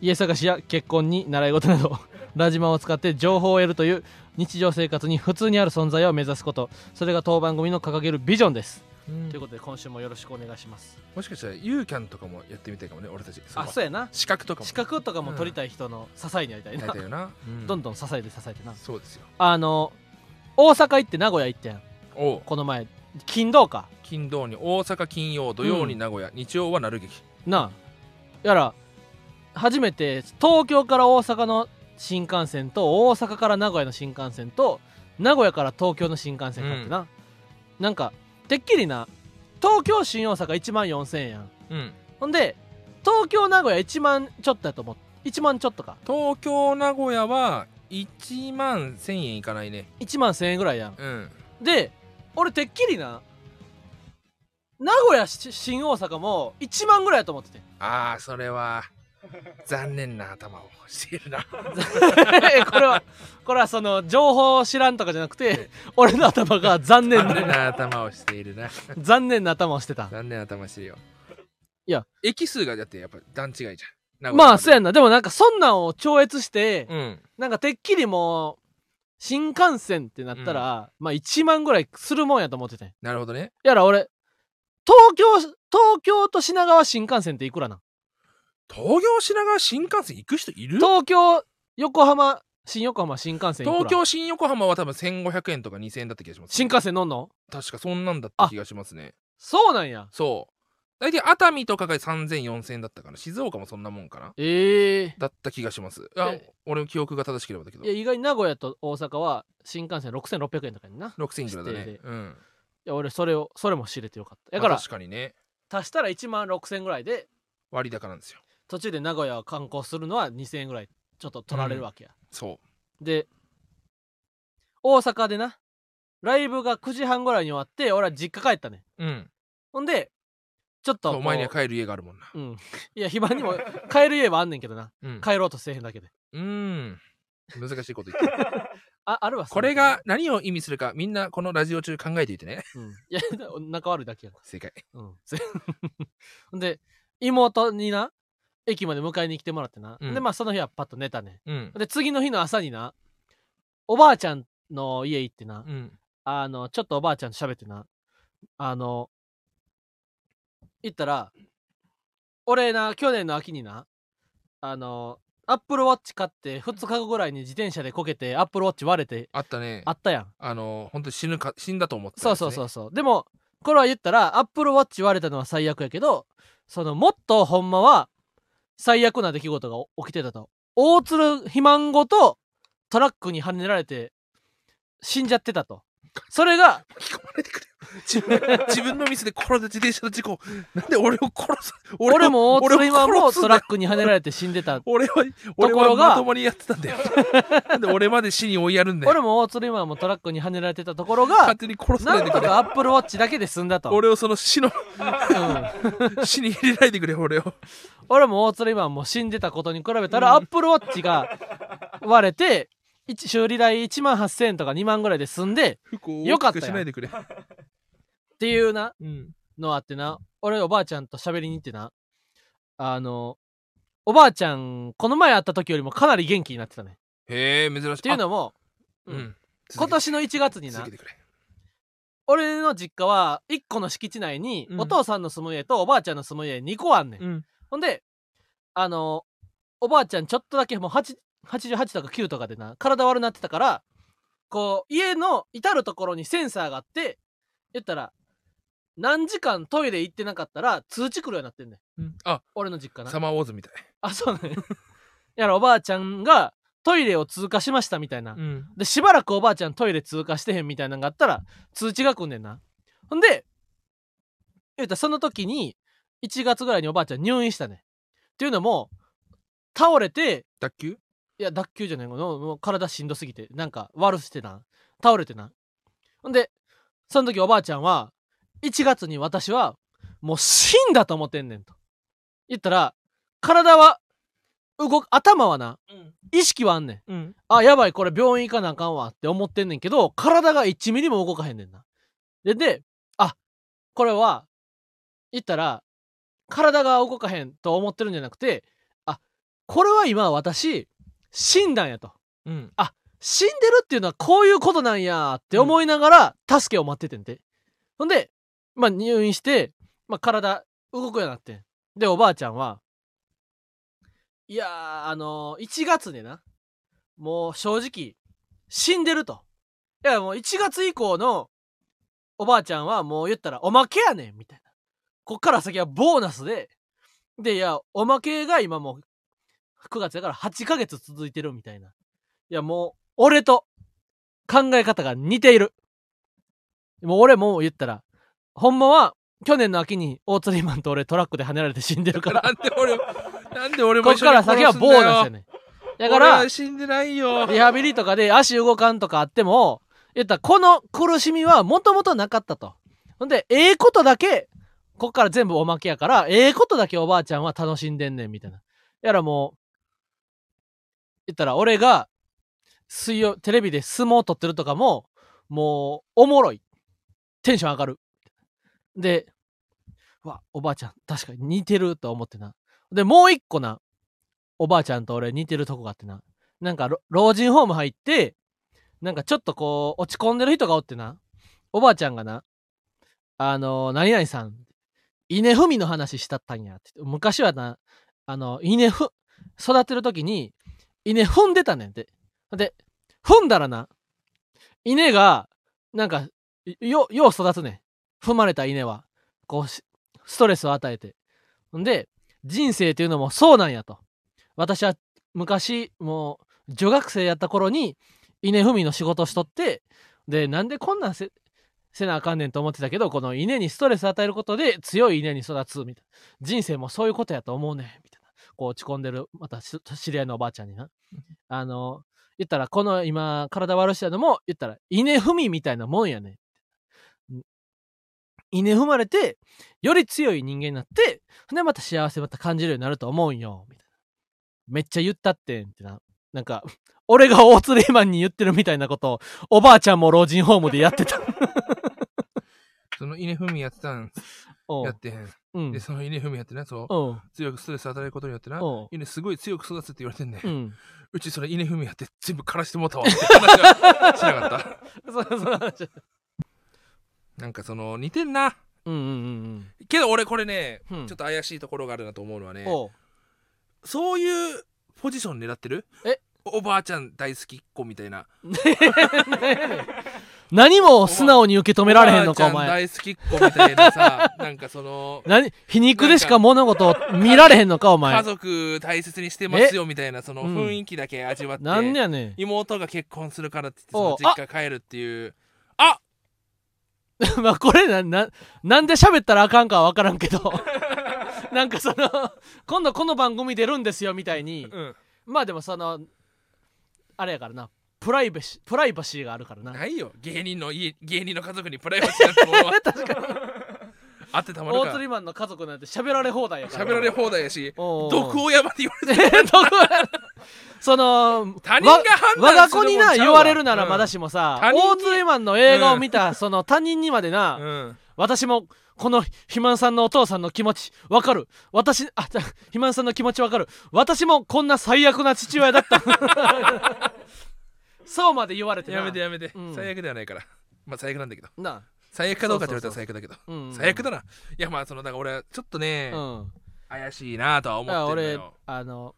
[SPEAKER 1] 家探しや結婚に習い事など ラジマを使って情報を得るという日常生活に普通にある存在を目指すことそれが当番組の掲げるビジョンです、
[SPEAKER 2] うん
[SPEAKER 1] ということで今週もよろしくお願いします
[SPEAKER 2] もしかしたらユーキャンとかもやってみたいかもね俺たち
[SPEAKER 1] あそうやな
[SPEAKER 2] 資格とかも
[SPEAKER 1] 資格とかも取りたい人の支えになりたい
[SPEAKER 2] や
[SPEAKER 1] な
[SPEAKER 2] りたいよな、うん
[SPEAKER 1] どんどん支えて支えてな
[SPEAKER 2] そうですよ
[SPEAKER 1] あの大阪行って名古屋行ってん
[SPEAKER 2] おう
[SPEAKER 1] この前金土か
[SPEAKER 2] 金土に大阪金曜土曜に名古屋、日曜は鳴る劇
[SPEAKER 1] なあやら初めて東京から大阪の新幹線と大阪から名古屋の新幹線と名古屋から東京の新幹線買ってな、なんかてっきりな東京新大阪1万4000円やん
[SPEAKER 2] うん
[SPEAKER 1] ほんで東京名古屋1万ちょっとやと思う1万ちょっとか
[SPEAKER 2] 東京名古屋は1万1000円いかないね
[SPEAKER 1] 1万1000円ぐらいやん
[SPEAKER 2] うん
[SPEAKER 1] で俺てっきりな名古屋し新大阪も1万ぐらいやと思ってて
[SPEAKER 2] ああそれは残念な頭をしている な
[SPEAKER 1] これはこれはその情報を知らんとかじゃなくて俺の頭が残念な
[SPEAKER 2] 残 念な頭をしているな
[SPEAKER 1] 残念な頭をしてた
[SPEAKER 2] 残念な頭してるよ
[SPEAKER 1] いや
[SPEAKER 2] 駅数がだってやっぱ段違いじゃん名古屋
[SPEAKER 1] まあそうや
[SPEAKER 2] ん
[SPEAKER 1] んなでもなんかそんなんを超越して、
[SPEAKER 2] うん
[SPEAKER 1] なんかてっきりもう新幹線ってなったら、まあ1万ぐらいするもんやと思っててん
[SPEAKER 2] なるほどね
[SPEAKER 1] やら俺東京東京と品川新幹線っていくらなん
[SPEAKER 2] 東京品川新幹線行く人いる
[SPEAKER 1] 東京横浜新横浜新幹線いくら
[SPEAKER 2] 東京新横浜は多分1500円とか2000円だった気がします
[SPEAKER 1] 新幹線乗んの
[SPEAKER 2] 確かそんなんだった気がしますね
[SPEAKER 1] そうなんや
[SPEAKER 2] そう。大体熱海とかが3000、4000円だったから、静岡もそんなもんかな
[SPEAKER 1] ええ
[SPEAKER 2] だった気がします。あ
[SPEAKER 1] え
[SPEAKER 2] 俺の記憶が正しければだけど
[SPEAKER 1] いや、意外に名古屋と大阪は新幹線6600円とかにない
[SPEAKER 2] 6000いくらだ
[SPEAKER 1] 指定
[SPEAKER 2] ね
[SPEAKER 1] で。
[SPEAKER 2] うん。
[SPEAKER 1] や俺それをそれも知れてよかっただ
[SPEAKER 2] だ
[SPEAKER 1] か
[SPEAKER 2] から確かにね、
[SPEAKER 1] 足したら1万6000ぐらいで
[SPEAKER 2] 割高なんですよ。
[SPEAKER 1] 途中で名古屋を観光するのは2000円ぐらいちょっと取られるわけや、
[SPEAKER 2] そ
[SPEAKER 1] で大阪でなライブが9時半ぐらいに終わって俺は実家帰ったね
[SPEAKER 2] う。うん。
[SPEAKER 1] ほんでちょっとこ
[SPEAKER 2] そう
[SPEAKER 1] う
[SPEAKER 2] お前には帰る家があるもんな。
[SPEAKER 1] うん いや暇にも帰る家はあんねんけどな
[SPEAKER 2] うん。
[SPEAKER 1] 帰ろうとせえへんだけで
[SPEAKER 2] うん。難しいこと言 ってる。
[SPEAKER 1] ああるわ
[SPEAKER 2] これが、何を意味するか、みんなこのラジオ中考えてい てね。
[SPEAKER 1] うん、いや仲悪いだけやん
[SPEAKER 2] 正解。
[SPEAKER 1] うんせほん で妹にな駅まで迎えに来てもらってな、
[SPEAKER 2] うん
[SPEAKER 1] でまあその日はパッと寝たね
[SPEAKER 2] うん。
[SPEAKER 1] で次の日の朝になおばあちゃんの家行ってな、
[SPEAKER 2] うん。
[SPEAKER 1] あのちょっとおばあちゃんと喋ってなあの行ったら俺な去年の秋になあのアップルウォッチ買って2日後ぐらいに自転車でこけてアップルウォッチ割れて
[SPEAKER 2] あったね。
[SPEAKER 1] あ
[SPEAKER 2] あ
[SPEAKER 1] ったやん
[SPEAKER 2] の、本当に死ぬか、死んだと思ってた
[SPEAKER 1] そ
[SPEAKER 2] や
[SPEAKER 1] う
[SPEAKER 2] つね、
[SPEAKER 1] そうそうそう。でも、これは言ったら、アップルウォッチ割れたのは最悪やけど、その、もっとほんまは、最悪な出来事がお起きてたと。大鶴肥満ごと、トラックに跳ねられて、死んじゃってたと。それが、
[SPEAKER 2] 巻き込まれてくれ自分自分のミスで転んだ自転車の事故なんで俺を殺す俺を
[SPEAKER 1] 俺も大
[SPEAKER 2] 俺
[SPEAKER 1] 鶴
[SPEAKER 2] を
[SPEAKER 1] 肥満も
[SPEAKER 2] 殺す
[SPEAKER 1] ト
[SPEAKER 2] んだ
[SPEAKER 1] ラッ
[SPEAKER 2] よ。
[SPEAKER 1] クに跳ねられて死んでた
[SPEAKER 2] 俺は俺はまともにやってたんだよなんで俺まで死に追いやるんだ
[SPEAKER 1] 俺
[SPEAKER 2] よ
[SPEAKER 1] も大鶴肥満もトラックに跳ねられてたところが
[SPEAKER 2] 勝、手に殺さ
[SPEAKER 1] な
[SPEAKER 2] ない
[SPEAKER 1] ん
[SPEAKER 2] で
[SPEAKER 1] と
[SPEAKER 2] くれ
[SPEAKER 1] かアップルウォッチだけで済んだと。
[SPEAKER 2] 俺をその死の
[SPEAKER 1] うん
[SPEAKER 2] 死に入れないでくれ俺を
[SPEAKER 1] 俺も大鶴今もう死んでたことに比べたら、アップルウォッチが割れて一修理代1万8000円とか2万ぐらいで済んで
[SPEAKER 2] 服を
[SPEAKER 1] よか
[SPEAKER 2] 大
[SPEAKER 1] った
[SPEAKER 2] きく
[SPEAKER 1] よ
[SPEAKER 2] しないでくれ。
[SPEAKER 1] っていうな
[SPEAKER 2] うん。
[SPEAKER 1] のあってな俺おばあちゃんと喋りに行ってなあのおばあちゃんこの前会った時よりもかなり元気になってたねっ
[SPEAKER 2] へえ、珍しい。って
[SPEAKER 1] いうのも
[SPEAKER 2] うん。
[SPEAKER 1] 今
[SPEAKER 2] 続けて
[SPEAKER 1] 年の1月にな
[SPEAKER 2] 続けてくれ。
[SPEAKER 1] 俺の実家は1個の敷地内に
[SPEAKER 2] うん
[SPEAKER 1] お父さんの住む家とおばあちゃんの住む家2個あんねん、
[SPEAKER 2] うん。
[SPEAKER 1] ほんであのおばあちゃんちょっとだけもう8 88とか9とかでな体悪なってたからこう家の至る所にセンサーがあって言ったら何時間トイレ行ってなかったら通知来るようになってんねん
[SPEAKER 2] うんあ、
[SPEAKER 1] 俺の実家な
[SPEAKER 2] サマーウォーズみたい。
[SPEAKER 1] あそうね やらおばあちゃんがトイレを通過しましたみたいな、
[SPEAKER 2] うん。
[SPEAKER 1] でしばらくおばあちゃんトイレ通過してへんみたいなのがあったら通知が来んねんなほんで言うたらその時に1月ぐらいにおばあちゃん入院したねっていうのも倒れて
[SPEAKER 2] 卓球
[SPEAKER 1] いや脱臼じゃないのもう体しんどすぎてなんか悪してな倒れてなほんでその時おばあちゃんは1月に私はもう死んだと思ってんねんと言ったら体は動く頭はな意識はあんねん
[SPEAKER 2] うん。
[SPEAKER 1] あ、やばい、これ病院行かなあかんわって思ってんねんけど、体が1ミリも動かへんねんな。で、で、あ、これは、言ったら、体が動かへんと思ってるんじゃなくて、あ、これは今私、死んだんやと。
[SPEAKER 2] うん。
[SPEAKER 1] 死んでるっていうのはこういうことなんやって思いながら、助けを待っててんて。ほんで、まあ入院して、まあ体動くようになってん。で、おばあちゃんは、いやー、あのー、1月でな、もう正直、死んでると。いや、もう1月以降のおばあちゃんはもう言ったらおまけやねん、みたいな。こっから先はボーナスで、で、いや、おまけが今もう9月だから8ヶ月続いてるみたいな。いや、もう、俺と考え方が似ている。もう俺も言ったら、ほんまは去年の秋に大釣りマンと俺トラックで跳ねられて死んでるから、
[SPEAKER 2] なんで俺を、なんで俺も
[SPEAKER 1] こっ
[SPEAKER 2] 一緒
[SPEAKER 1] か
[SPEAKER 2] に
[SPEAKER 1] ら先はボーナスや
[SPEAKER 2] ね。
[SPEAKER 1] ねん。だから
[SPEAKER 2] 俺は、死んでない よ。
[SPEAKER 1] リハビリとかで足動かんとかあっても、言ったらこの苦しみはもともとなかったと。ほんで、ええことだけ、こっから全部おまけやから、ええことだけおばあちゃんは楽しんでんねん、みたいな。やらもう、言ったら俺が、水曜、テレビで相撲を取ってるとかも、もう、おもろい。テンション上がる。で、うわ、おばあちゃん、確かに似てると思ってな。で、もう一個な、おばあちゃんと俺似てるとこがあってな。なんかろ老人ホーム入ってなんかちょっとこう落ち込んでる人がおってなおばあちゃんがなあのー何々さん稲踏みの話したったんやって言って昔はなあの稲ふ育てる時に稲踏んでたねんてで踏んだらな稲がなんかよよう育つねん踏まれた稲はこうしストレスを与えてんで人生というのもそうなんやと私は昔もう女学生やった頃に稲踏みの仕事をしとってでなんでこんなんせせなあかんねんと思ってたけどこの稲にストレス与えることで強い稲に育つみたいな人生もそういうことやと思うねんみたいなこう落ち込んでるまたし知り合いのおばあちゃんになあの言ったらこの今体悪したのも言ったら稲踏みみたいなもんやねんん稲踏まれてより強い人間になってほんでまた幸せまた感じるようになると思うんよみたいなめっちゃ言ったってんってななんか俺が大釣りマンに言ってるみたいなことを、おばあちゃんも老人ホームでやって た。
[SPEAKER 2] その稲踏みやってたん、
[SPEAKER 1] お
[SPEAKER 2] や
[SPEAKER 1] う
[SPEAKER 2] ってへん。
[SPEAKER 1] うん
[SPEAKER 2] で、。その稲踏みやってな、そう、
[SPEAKER 1] おう
[SPEAKER 2] 強くストレス与えることによってな、
[SPEAKER 1] おう
[SPEAKER 2] 稲すごい強く育つって言われてんね。、
[SPEAKER 1] うんん。
[SPEAKER 2] うちそれ稲踏みやって全部枯らしてもうたわって話はしなか った。
[SPEAKER 1] そうそうそう。
[SPEAKER 2] なんかその、似てんな。
[SPEAKER 1] うんうんうん
[SPEAKER 2] けど俺これね、
[SPEAKER 1] うん
[SPEAKER 2] ちょっと怪しいところがあるなと思うのは
[SPEAKER 1] う
[SPEAKER 2] ね
[SPEAKER 1] ん。、おう
[SPEAKER 2] そういうポジション狙ってる
[SPEAKER 1] え
[SPEAKER 2] おばあちゃん大好きっ子みたいな。
[SPEAKER 1] 何も素直に受け止められへんのか、お
[SPEAKER 2] ばあちゃん
[SPEAKER 1] 前。
[SPEAKER 2] 大好きっ子みたいな さ、なんかその、
[SPEAKER 1] 何皮肉でしか物事を見られへんのか、お
[SPEAKER 2] 家
[SPEAKER 1] 前。
[SPEAKER 2] 族大切にしてますよみたいなその
[SPEAKER 1] うん
[SPEAKER 2] 雰囲気だけ味わって、
[SPEAKER 1] なんやねん。
[SPEAKER 2] 妹が結婚するからって言
[SPEAKER 1] おう
[SPEAKER 2] ってその実家帰るっていうあ
[SPEAKER 1] まあ、これな、な、なんで喋ったらあかんかはわからんけ ど。なんかその、今度この番組出るんですよ、みたいに。
[SPEAKER 2] うん
[SPEAKER 1] まあでもそのあれやからなプライベシプライバシーがあるからな
[SPEAKER 2] ないよ芸人の家芸人の家族にプライバシーなんてもの は
[SPEAKER 1] 確かに
[SPEAKER 2] あってたまる
[SPEAKER 1] 大釣
[SPEAKER 2] か
[SPEAKER 1] りマンの家族なんて喋られ放題やから
[SPEAKER 2] 喋られ放題やし
[SPEAKER 1] おうおう
[SPEAKER 2] 毒親まで言われて
[SPEAKER 1] ねどこやそ の
[SPEAKER 2] 他人が判
[SPEAKER 1] 我
[SPEAKER 2] 断
[SPEAKER 1] が
[SPEAKER 2] する
[SPEAKER 1] 子
[SPEAKER 2] もん
[SPEAKER 1] に
[SPEAKER 2] ちゃうわ
[SPEAKER 1] な言われるならまだしもさ、
[SPEAKER 2] 他人に
[SPEAKER 1] 大鶴マンの映画を見た、その他人にまでな、
[SPEAKER 2] うん
[SPEAKER 1] 私もこの肥満さんのお父さんの気持ちわかる私あじゃ肥満さんの気持ちわかる私もこんな最悪な父親だった そうまで言われてな
[SPEAKER 2] やめてやめて、
[SPEAKER 1] うん
[SPEAKER 2] 最悪ではないからまあ最悪なんだけど
[SPEAKER 1] な
[SPEAKER 2] 最悪かどうかって言われたら最悪だけど
[SPEAKER 1] うん
[SPEAKER 2] 最悪だないやまあそのだから俺はちょっとね、
[SPEAKER 1] うん
[SPEAKER 2] 怪しいなとは思
[SPEAKER 1] だから
[SPEAKER 2] ってるの
[SPEAKER 1] 俺
[SPEAKER 2] よ
[SPEAKER 1] あの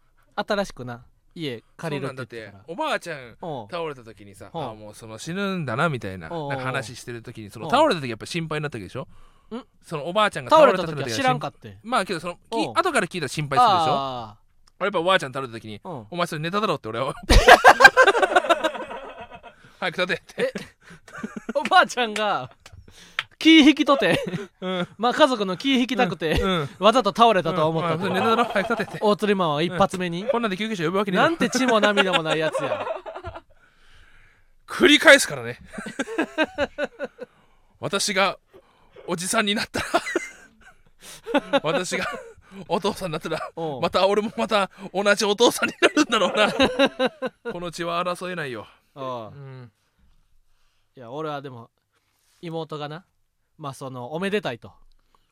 [SPEAKER 1] 新しくな家借りる
[SPEAKER 2] そうなんだ
[SPEAKER 1] っ
[SPEAKER 2] って
[SPEAKER 1] 言っててたから
[SPEAKER 2] おばあちゃん
[SPEAKER 1] おう
[SPEAKER 2] 倒れた時にさ、
[SPEAKER 1] うん
[SPEAKER 2] あもうその死ぬんだなみたいな
[SPEAKER 1] うん
[SPEAKER 2] なんか話してる時にその
[SPEAKER 1] うん
[SPEAKER 2] 倒れた時やっぱ心配になったわけでしょ
[SPEAKER 1] うん
[SPEAKER 2] そのおばあちゃんが
[SPEAKER 1] 倒
[SPEAKER 2] 倒
[SPEAKER 1] れ
[SPEAKER 2] れ
[SPEAKER 1] た
[SPEAKER 2] た時
[SPEAKER 1] 時は
[SPEAKER 2] は
[SPEAKER 1] 知らんか
[SPEAKER 2] っ
[SPEAKER 1] って
[SPEAKER 2] まあけどそのき
[SPEAKER 1] うん
[SPEAKER 2] 後から聞いたら心配するでしょ
[SPEAKER 1] あ
[SPEAKER 2] 俺やっぱおばあちゃん倒れた時に
[SPEAKER 1] あうん
[SPEAKER 2] 「お前それネタだろ」って俺 は早く立てって
[SPEAKER 1] おばあちゃんが気引きと て
[SPEAKER 2] うん
[SPEAKER 1] まあ家族の気引きたくて、
[SPEAKER 2] うん
[SPEAKER 1] わざと倒れたとは思った
[SPEAKER 2] うん
[SPEAKER 1] と
[SPEAKER 2] それネタだろ早く立てって
[SPEAKER 1] 大鶴マンは一発目に、
[SPEAKER 2] こんなんで救急車呼ぶわけねえだ
[SPEAKER 1] な
[SPEAKER 2] ろ
[SPEAKER 1] んて血も涙もないやつや
[SPEAKER 2] 繰り返すからね私がおじさんになった ら私がお父さんになったら
[SPEAKER 1] おう
[SPEAKER 2] また俺もまた同じお父さんになるんだろう なこの血は争えないよ、
[SPEAKER 1] おう
[SPEAKER 2] うん
[SPEAKER 1] いや俺はでも妹がなまあそのおめでたいと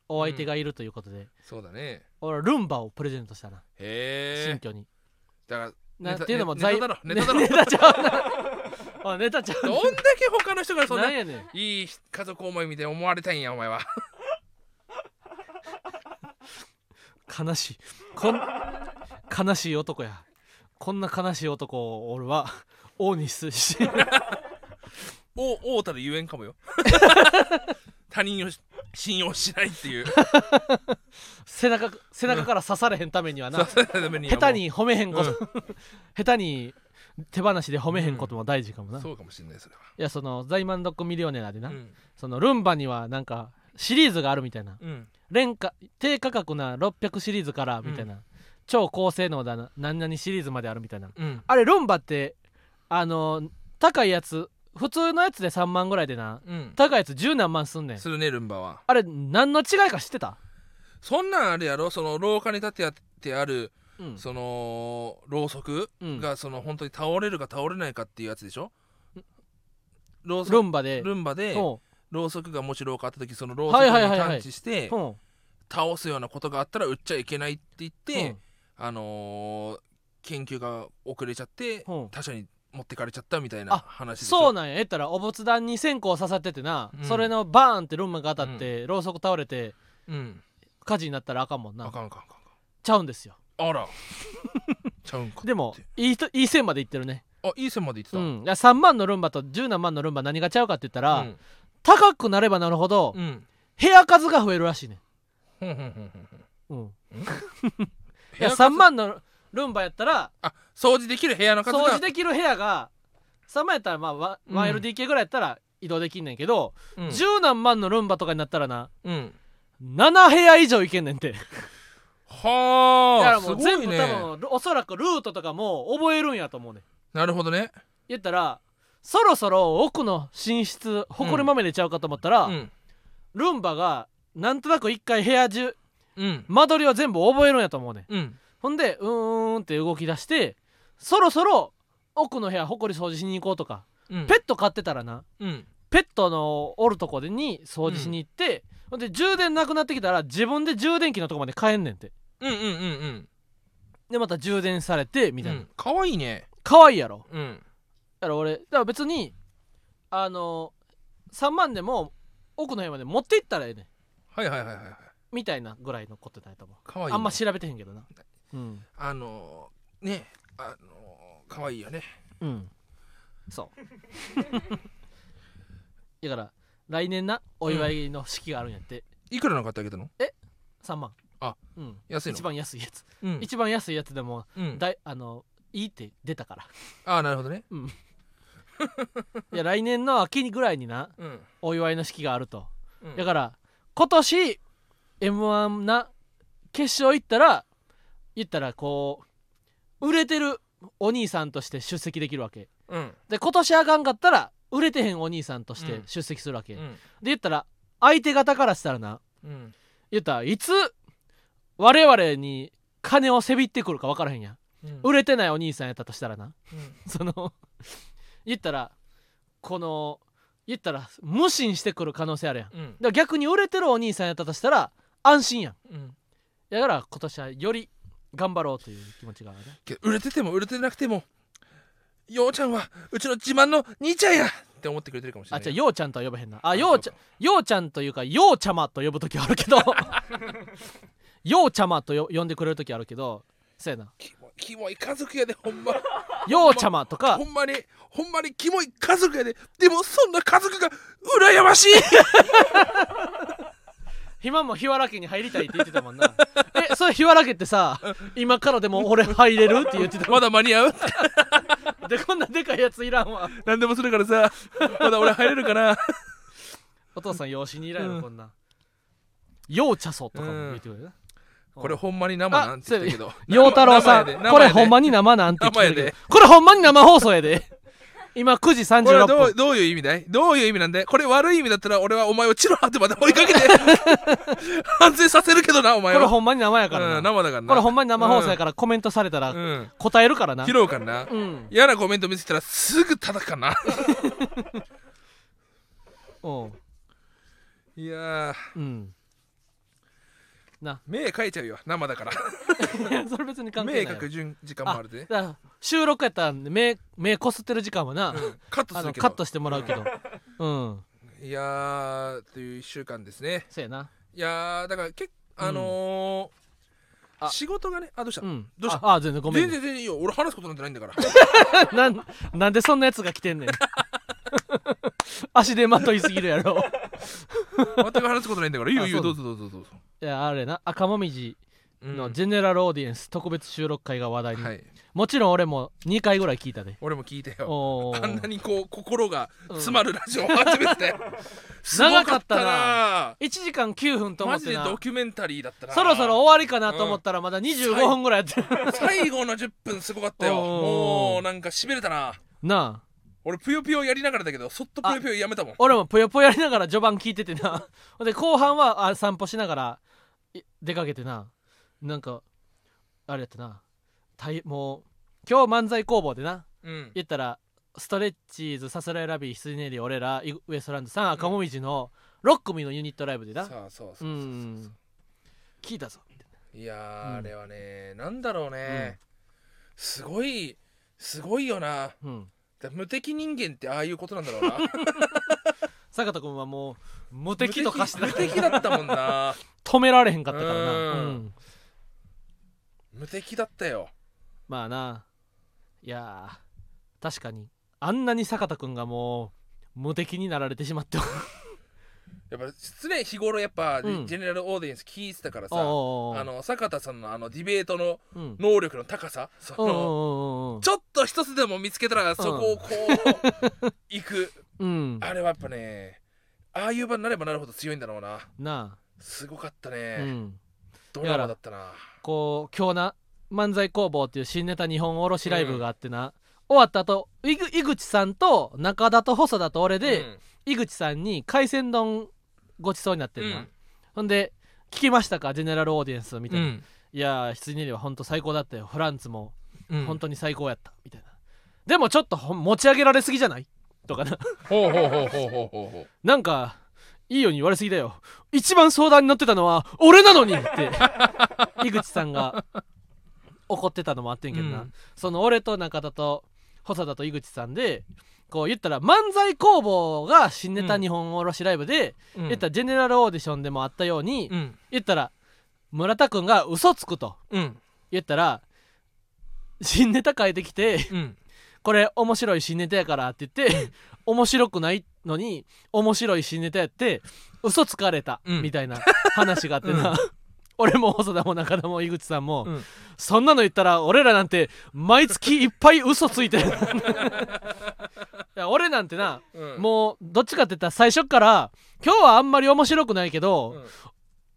[SPEAKER 1] お相手がいるということで、
[SPEAKER 2] そうだね
[SPEAKER 1] 俺はルンバをプレゼントしたな、
[SPEAKER 2] へ
[SPEAKER 1] 新
[SPEAKER 2] え
[SPEAKER 1] 居に
[SPEAKER 2] だから
[SPEAKER 1] な
[SPEAKER 2] ネタ
[SPEAKER 1] っていうのも
[SPEAKER 2] ネタ
[SPEAKER 1] 財
[SPEAKER 2] だろネタだ ろ
[SPEAKER 1] ネタちゃうな おいネタちゃう
[SPEAKER 2] どんだけ他の人からそ ん
[SPEAKER 1] な
[SPEAKER 2] なん
[SPEAKER 1] やねん
[SPEAKER 2] いい家族思いみたいに思われたいんや お前は
[SPEAKER 1] 悲しいこん悲しい男やこんな悲しい男を俺は王にすし
[SPEAKER 2] おおうたるゆえん かもよ他人を信用しないっていう
[SPEAKER 1] 背中背中から刺されへんためにはな
[SPEAKER 2] そうためにはもう
[SPEAKER 1] 下手に褒めへんこと、 下手に手放しで褒めへんことも大事かもな、い
[SPEAKER 2] そうかもしれないそれは
[SPEAKER 1] やその「ザイマンドックミリオネラ」でな、
[SPEAKER 2] うん
[SPEAKER 1] そのルンバにはなんかシリーズがあるみたいな
[SPEAKER 2] うん
[SPEAKER 1] 廉価低価格な600シリーズからみたいな、超高性能だな何々シリーズまであるみたいな
[SPEAKER 2] うん
[SPEAKER 1] あれルンバってあの高いやつ普通のやつで3万ぐらいでな
[SPEAKER 2] うん
[SPEAKER 1] 高いやつ10何万すんねん
[SPEAKER 2] するねルンバは
[SPEAKER 1] あれ何の違いか知ってた、
[SPEAKER 2] そんなんあるやろその廊下に立ってやってある
[SPEAKER 1] うん
[SPEAKER 2] そのろうそく
[SPEAKER 1] うん
[SPEAKER 2] がその本当に倒れるか倒れないかっていうやつでしょろうそ
[SPEAKER 1] ル
[SPEAKER 2] く
[SPEAKER 1] ンバで
[SPEAKER 2] ルンバで
[SPEAKER 1] ほ
[SPEAKER 2] ろうそくがもし廊下あった時そのろうそくに
[SPEAKER 1] はいはいはいはい
[SPEAKER 2] 探知して
[SPEAKER 1] うほ
[SPEAKER 2] 倒すようなことがあったら売っちゃいけないって言っ
[SPEAKER 1] う
[SPEAKER 2] てあのー研究が遅れちゃって
[SPEAKER 1] うん
[SPEAKER 2] 他社に持ってかれちゃったみたいな
[SPEAKER 1] あ
[SPEAKER 2] 話でしょ
[SPEAKER 1] そうなんやえったらお仏壇に線香を刺さっててな、
[SPEAKER 2] うん
[SPEAKER 1] それのバーンってルンバが当たって、ろうそく倒れて
[SPEAKER 2] うん
[SPEAKER 1] 火事になったらあかんもん
[SPEAKER 2] あ
[SPEAKER 1] な
[SPEAKER 2] かんあかんあかん
[SPEAKER 1] ちゃうんですよ
[SPEAKER 2] あかんあらちゃうんか
[SPEAKER 1] でも
[SPEAKER 2] って
[SPEAKER 1] いいといい線までいってるね、
[SPEAKER 2] あいい線までいって
[SPEAKER 1] う
[SPEAKER 2] た
[SPEAKER 1] ん、いや3万のルンバと10何万のルンバ何がちゃうかって言ったら、
[SPEAKER 2] うん
[SPEAKER 1] 高くなればなるほど、
[SPEAKER 2] うん
[SPEAKER 1] 部屋数が増えるらしいね
[SPEAKER 2] ふんふんふんふんふん
[SPEAKER 1] ん、うん、い
[SPEAKER 2] 部
[SPEAKER 1] や3
[SPEAKER 2] 屋数
[SPEAKER 1] 万のルンバやったら
[SPEAKER 2] あ掃除できる部屋の数が
[SPEAKER 1] 掃除できる部屋が3万やったらまあわ
[SPEAKER 2] うん
[SPEAKER 1] 1LDK ぐらいやったら移動できんねんけど、
[SPEAKER 2] うん
[SPEAKER 1] 10何万のルンバとかになったらな
[SPEAKER 2] うん
[SPEAKER 1] 7部屋以上いけんねんてだか
[SPEAKER 2] は
[SPEAKER 1] ら
[SPEAKER 2] あ
[SPEAKER 1] も
[SPEAKER 2] す
[SPEAKER 1] う
[SPEAKER 2] ご
[SPEAKER 1] 全
[SPEAKER 2] い
[SPEAKER 1] 部、
[SPEAKER 2] ね
[SPEAKER 1] 多分おそらくルートとかも覚えるんやと思うねん
[SPEAKER 2] なるほどね
[SPEAKER 1] 言ったらそろそろ奥の寝室ほこりまみれちゃうかと思ったら、
[SPEAKER 2] うん
[SPEAKER 1] ルンバがなんとなく一回部屋中
[SPEAKER 2] うん
[SPEAKER 1] 間取りを全部覚えるんやと思うねん
[SPEAKER 2] うん
[SPEAKER 1] ほんでうーんって動き出してそろそろ奥の部屋ほこり掃除しに行こうとか、
[SPEAKER 2] うん
[SPEAKER 1] ペット飼ってたらな
[SPEAKER 2] うん
[SPEAKER 1] ペットのおるとこでに掃除しに行って、ほんで充電なくなってきたら自分で充電器のとこまで帰んねんて
[SPEAKER 2] うんうんうんうん
[SPEAKER 1] でまた充電されてみたいな、
[SPEAKER 2] うんかわいいね
[SPEAKER 1] 可愛いやろ
[SPEAKER 2] うん
[SPEAKER 1] だから俺だから別にあの3万でも奥の部屋まで持って行ったらええねん
[SPEAKER 2] はいはいはいはいはい
[SPEAKER 1] みたいなぐらいのことだと思う
[SPEAKER 2] かわいいね
[SPEAKER 1] あんま調べてへんけどなうん
[SPEAKER 2] あのーねあのーかわいいよね
[SPEAKER 1] うんそう だから来年なお祝いの式があるんやって、
[SPEAKER 2] いくらの買ってあげたの
[SPEAKER 1] 3万
[SPEAKER 2] あ
[SPEAKER 1] うん
[SPEAKER 2] 安い
[SPEAKER 1] 一
[SPEAKER 2] の
[SPEAKER 1] 番安いやつ、
[SPEAKER 2] うん
[SPEAKER 1] 一番安いやつでも
[SPEAKER 2] うん
[SPEAKER 1] だいあのいいって出たから
[SPEAKER 2] ああなるほどね
[SPEAKER 1] いや来年の秋ぐらいにな
[SPEAKER 2] うん
[SPEAKER 1] お祝いの式があると、
[SPEAKER 2] うん
[SPEAKER 1] だから今年 m 1な決勝行ったら言ったらこう売れてるお兄さんとして出席できるわけ
[SPEAKER 2] うん
[SPEAKER 1] で今年あかんかったら売れてへんお兄さんとして
[SPEAKER 2] うん
[SPEAKER 1] 出席するわけ、
[SPEAKER 2] う
[SPEAKER 1] で
[SPEAKER 2] ん
[SPEAKER 1] 言ったら相手方からしたらな
[SPEAKER 2] うん
[SPEAKER 1] 言ったらいつ我々に金をせびってくるか分からへんやん
[SPEAKER 2] うん
[SPEAKER 1] 売れてないお兄さんやったとしたらな
[SPEAKER 2] うん
[SPEAKER 1] その言ったらこの言ったら無心してくる可能性あるやんだか
[SPEAKER 2] うん
[SPEAKER 1] ら逆に売れてるお兄さんやったとしたら安心やん
[SPEAKER 2] うん
[SPEAKER 1] だから今年はより頑張ろうという気持ちがあるね
[SPEAKER 2] けど売れてても売れてなくてもようちゃんはうちの自慢の兄ちゃんやって思ってくれてるかもしれ
[SPEAKER 1] あ
[SPEAKER 2] ない
[SPEAKER 1] じゃ
[SPEAKER 2] よ
[SPEAKER 1] あようちゃんとは呼ばへんなあ
[SPEAKER 2] あ
[SPEAKER 1] ようちゃ
[SPEAKER 2] そ
[SPEAKER 1] んようちゃんというかようちゃまと呼ぶ時はあるけ どようちゃまとよ呼んでくれる時あるけどそうやな
[SPEAKER 2] キモいキモい家族やでほんま
[SPEAKER 1] ようちゃまとか
[SPEAKER 2] ほんまにほんまにキモい家族やででもそんな家族が羨まし い
[SPEAKER 1] 今も日原家に入りたいって言ってたもんなえそれ日原家ってさ今からでも俺入れるって言ってた
[SPEAKER 2] まだ間に合う
[SPEAKER 1] でこんなでかいやついらんわ
[SPEAKER 2] 何でもするからさまだ俺入れるかな
[SPEAKER 1] お父さん養子にいらんよ、
[SPEAKER 2] うん
[SPEAKER 1] こんなようちゃそとかも言ってくれるな、
[SPEAKER 2] これほんまに生なんて言ったけど
[SPEAKER 1] 陽太郎さん、これほんま
[SPEAKER 2] に
[SPEAKER 1] に生なんて聞いてるけど
[SPEAKER 2] 生やで
[SPEAKER 1] これほんまに生放送やで。 今9時
[SPEAKER 2] これは
[SPEAKER 1] 36
[SPEAKER 2] ど
[SPEAKER 1] 分
[SPEAKER 2] う。どういう意味だいどういう意味なんだいこれ悪い意味だったら俺はお前を血の果てまで追いかけて 反省させるけどなお
[SPEAKER 1] こ
[SPEAKER 2] 前
[SPEAKER 1] れ
[SPEAKER 2] は
[SPEAKER 1] ほんまに生やから
[SPEAKER 2] う
[SPEAKER 1] な。
[SPEAKER 2] ん、生だからな
[SPEAKER 1] これほんまに生放送やからコメントされた
[SPEAKER 2] う
[SPEAKER 1] ら
[SPEAKER 2] ん、
[SPEAKER 1] 答えるからな。
[SPEAKER 2] 拾うからな、
[SPEAKER 1] うん。
[SPEAKER 2] 嫌なコメント見せたらすぐ叩くからな
[SPEAKER 1] おう
[SPEAKER 2] いやー
[SPEAKER 1] うん。な。
[SPEAKER 2] 目かいちゃうよ生だから
[SPEAKER 1] それ別に関
[SPEAKER 2] 目
[SPEAKER 1] 係ない
[SPEAKER 2] 描
[SPEAKER 1] わ。
[SPEAKER 2] く順時間もあ
[SPEAKER 1] あ
[SPEAKER 2] るで
[SPEAKER 1] だから収録やったら目目こすってる時間はな、
[SPEAKER 2] うんカット
[SPEAKER 1] あ
[SPEAKER 2] する
[SPEAKER 1] の
[SPEAKER 2] け
[SPEAKER 1] カ
[SPEAKER 2] ど
[SPEAKER 1] ットしてもらうけど。 うん。
[SPEAKER 2] いやーという1週間ですね
[SPEAKER 1] そうやな。
[SPEAKER 2] いやーだから結構あのー
[SPEAKER 1] あ
[SPEAKER 2] 仕事がねあどうした、
[SPEAKER 1] うん。
[SPEAKER 2] どうした
[SPEAKER 1] ああ、全然ごめん
[SPEAKER 2] 全
[SPEAKER 1] ね、
[SPEAKER 2] 然全然いいよ俺話すことなんてないんだから
[SPEAKER 1] なんなんでそんなやつが来てんねん 足でまといすぎるやろ
[SPEAKER 2] 全く話すことないんだからいいよ
[SPEAKER 1] あ
[SPEAKER 2] いいよ
[SPEAKER 1] そ
[SPEAKER 2] ど
[SPEAKER 1] う
[SPEAKER 2] うぞどうぞどうぞ、
[SPEAKER 1] いやあれな赤もみじ
[SPEAKER 2] うん
[SPEAKER 1] のジェネラルオーディエンス特別収録会が話題に、
[SPEAKER 2] はい
[SPEAKER 1] もちろん俺も2回ぐらい聞いたで
[SPEAKER 2] 俺も聞いてよ
[SPEAKER 1] おー
[SPEAKER 2] あんなにこう心が詰まるラジオを初めて ねすご
[SPEAKER 1] 長かったな
[SPEAKER 2] かっ
[SPEAKER 1] 1時間9分と
[SPEAKER 2] た
[SPEAKER 1] 思
[SPEAKER 2] マ
[SPEAKER 1] っ
[SPEAKER 2] ジ
[SPEAKER 1] て
[SPEAKER 2] で
[SPEAKER 1] な
[SPEAKER 2] ドキュメンタリーだったな
[SPEAKER 1] そろそろ終わりかなと思ったらまだ25分ぐらいやって る、
[SPEAKER 2] 最後の10分すごかったよ
[SPEAKER 1] おー
[SPEAKER 2] もうなんかしびれたな
[SPEAKER 1] なあ
[SPEAKER 2] 俺ぷよぷよやりながらだけどそっとぷよぷよやめたもん
[SPEAKER 1] 俺もぷよぷよやりながら序盤聞いててな ほんで後半はあ散歩しながらい出かけてななんかあれやったなたいもう今日漫才工房でな
[SPEAKER 2] うん
[SPEAKER 1] 言ったらストレッチーズさすらいラビー羊ネイリ俺らイウエストランドさん赤もみじの6組のユニットライブで
[SPEAKER 2] そ
[SPEAKER 1] な
[SPEAKER 2] うそう
[SPEAKER 1] う
[SPEAKER 2] そうそうそうん
[SPEAKER 1] 聞いたぞ
[SPEAKER 2] いや
[SPEAKER 1] うん
[SPEAKER 2] ーあれはねなんだろうねすごいすごいよな
[SPEAKER 1] うん
[SPEAKER 2] だ無敵人間ってああいうことなんだろうな
[SPEAKER 1] 坂田君はもう無敵と化してた
[SPEAKER 2] 無
[SPEAKER 1] から
[SPEAKER 2] 敵無敵だったもんな
[SPEAKER 1] 止められへんかったからな
[SPEAKER 2] うん
[SPEAKER 1] うん
[SPEAKER 2] 無敵だったよ
[SPEAKER 1] まあないやー確かにあんなに坂田君がもう無敵になられてしまって
[SPEAKER 2] やっぱ常日頃やっぱジ
[SPEAKER 1] うん
[SPEAKER 2] ェネラルオーディエンス聞いてたからさ
[SPEAKER 1] おうおうおう
[SPEAKER 2] あの坂田さんのあのディベートの
[SPEAKER 1] うん
[SPEAKER 2] 能力の高さそ
[SPEAKER 1] うんうん
[SPEAKER 2] の
[SPEAKER 1] うんうん
[SPEAKER 2] ちょっと一つでも見つけたらそこをこ う行く
[SPEAKER 1] うん
[SPEAKER 2] あれはやっぱねああいう場になればなるほど強いんだろうな
[SPEAKER 1] な
[SPEAKER 2] すごかった
[SPEAKER 1] あ
[SPEAKER 2] ね、
[SPEAKER 1] うん
[SPEAKER 2] ドラマだったな
[SPEAKER 1] こう今日な漫才工房っていう新ネタ日本卸ライブがあってな、終わった後いぐ井口さんと中田と細田と俺で、井口さんに海鮮丼ごちそうになってるな、
[SPEAKER 2] うん
[SPEAKER 1] ほんで「聞きましたかジェネラルオーディエンス」み
[SPEAKER 2] う
[SPEAKER 1] たいな「
[SPEAKER 2] ん
[SPEAKER 1] いやー羊ネイリは本当最高だったよフランツも
[SPEAKER 2] うん
[SPEAKER 1] 本当に最高やった」みたいな「でもちょっとほん持ち上げられすぎじゃない?」とかな
[SPEAKER 2] ほうほうほうほうほうほうほう
[SPEAKER 1] なんかいいように言われすぎだよ一番相談に乗ってたのは俺なのにって井口さんが怒ってたのもあってんけどな、
[SPEAKER 2] うん
[SPEAKER 1] その俺と中田と細田と井口さんでこう言ったら漫才工房が新ネタ
[SPEAKER 2] うん
[SPEAKER 1] 日本卸ライブで、
[SPEAKER 2] うん
[SPEAKER 1] 言ったらジェネラルオーディションでもあったように、
[SPEAKER 2] うん
[SPEAKER 1] 言ったら村田君が嘘つくと
[SPEAKER 2] うん
[SPEAKER 1] 言ったら新ネタ変えてきて
[SPEAKER 2] うん
[SPEAKER 1] これ面白い新ネタやからって言って、面白くないのに面白い新ネタやって嘘つかれた
[SPEAKER 2] うん
[SPEAKER 1] みたいな話があってな、 俺も細田も中田も井口さんも、
[SPEAKER 2] うん
[SPEAKER 1] そんなの言ったら俺らなんて毎月いっぱい嘘ついて るいや俺なんてな
[SPEAKER 2] うん
[SPEAKER 1] もうどっちかって言ったら最初っから今日はあんまり面白くないけど、
[SPEAKER 2] うん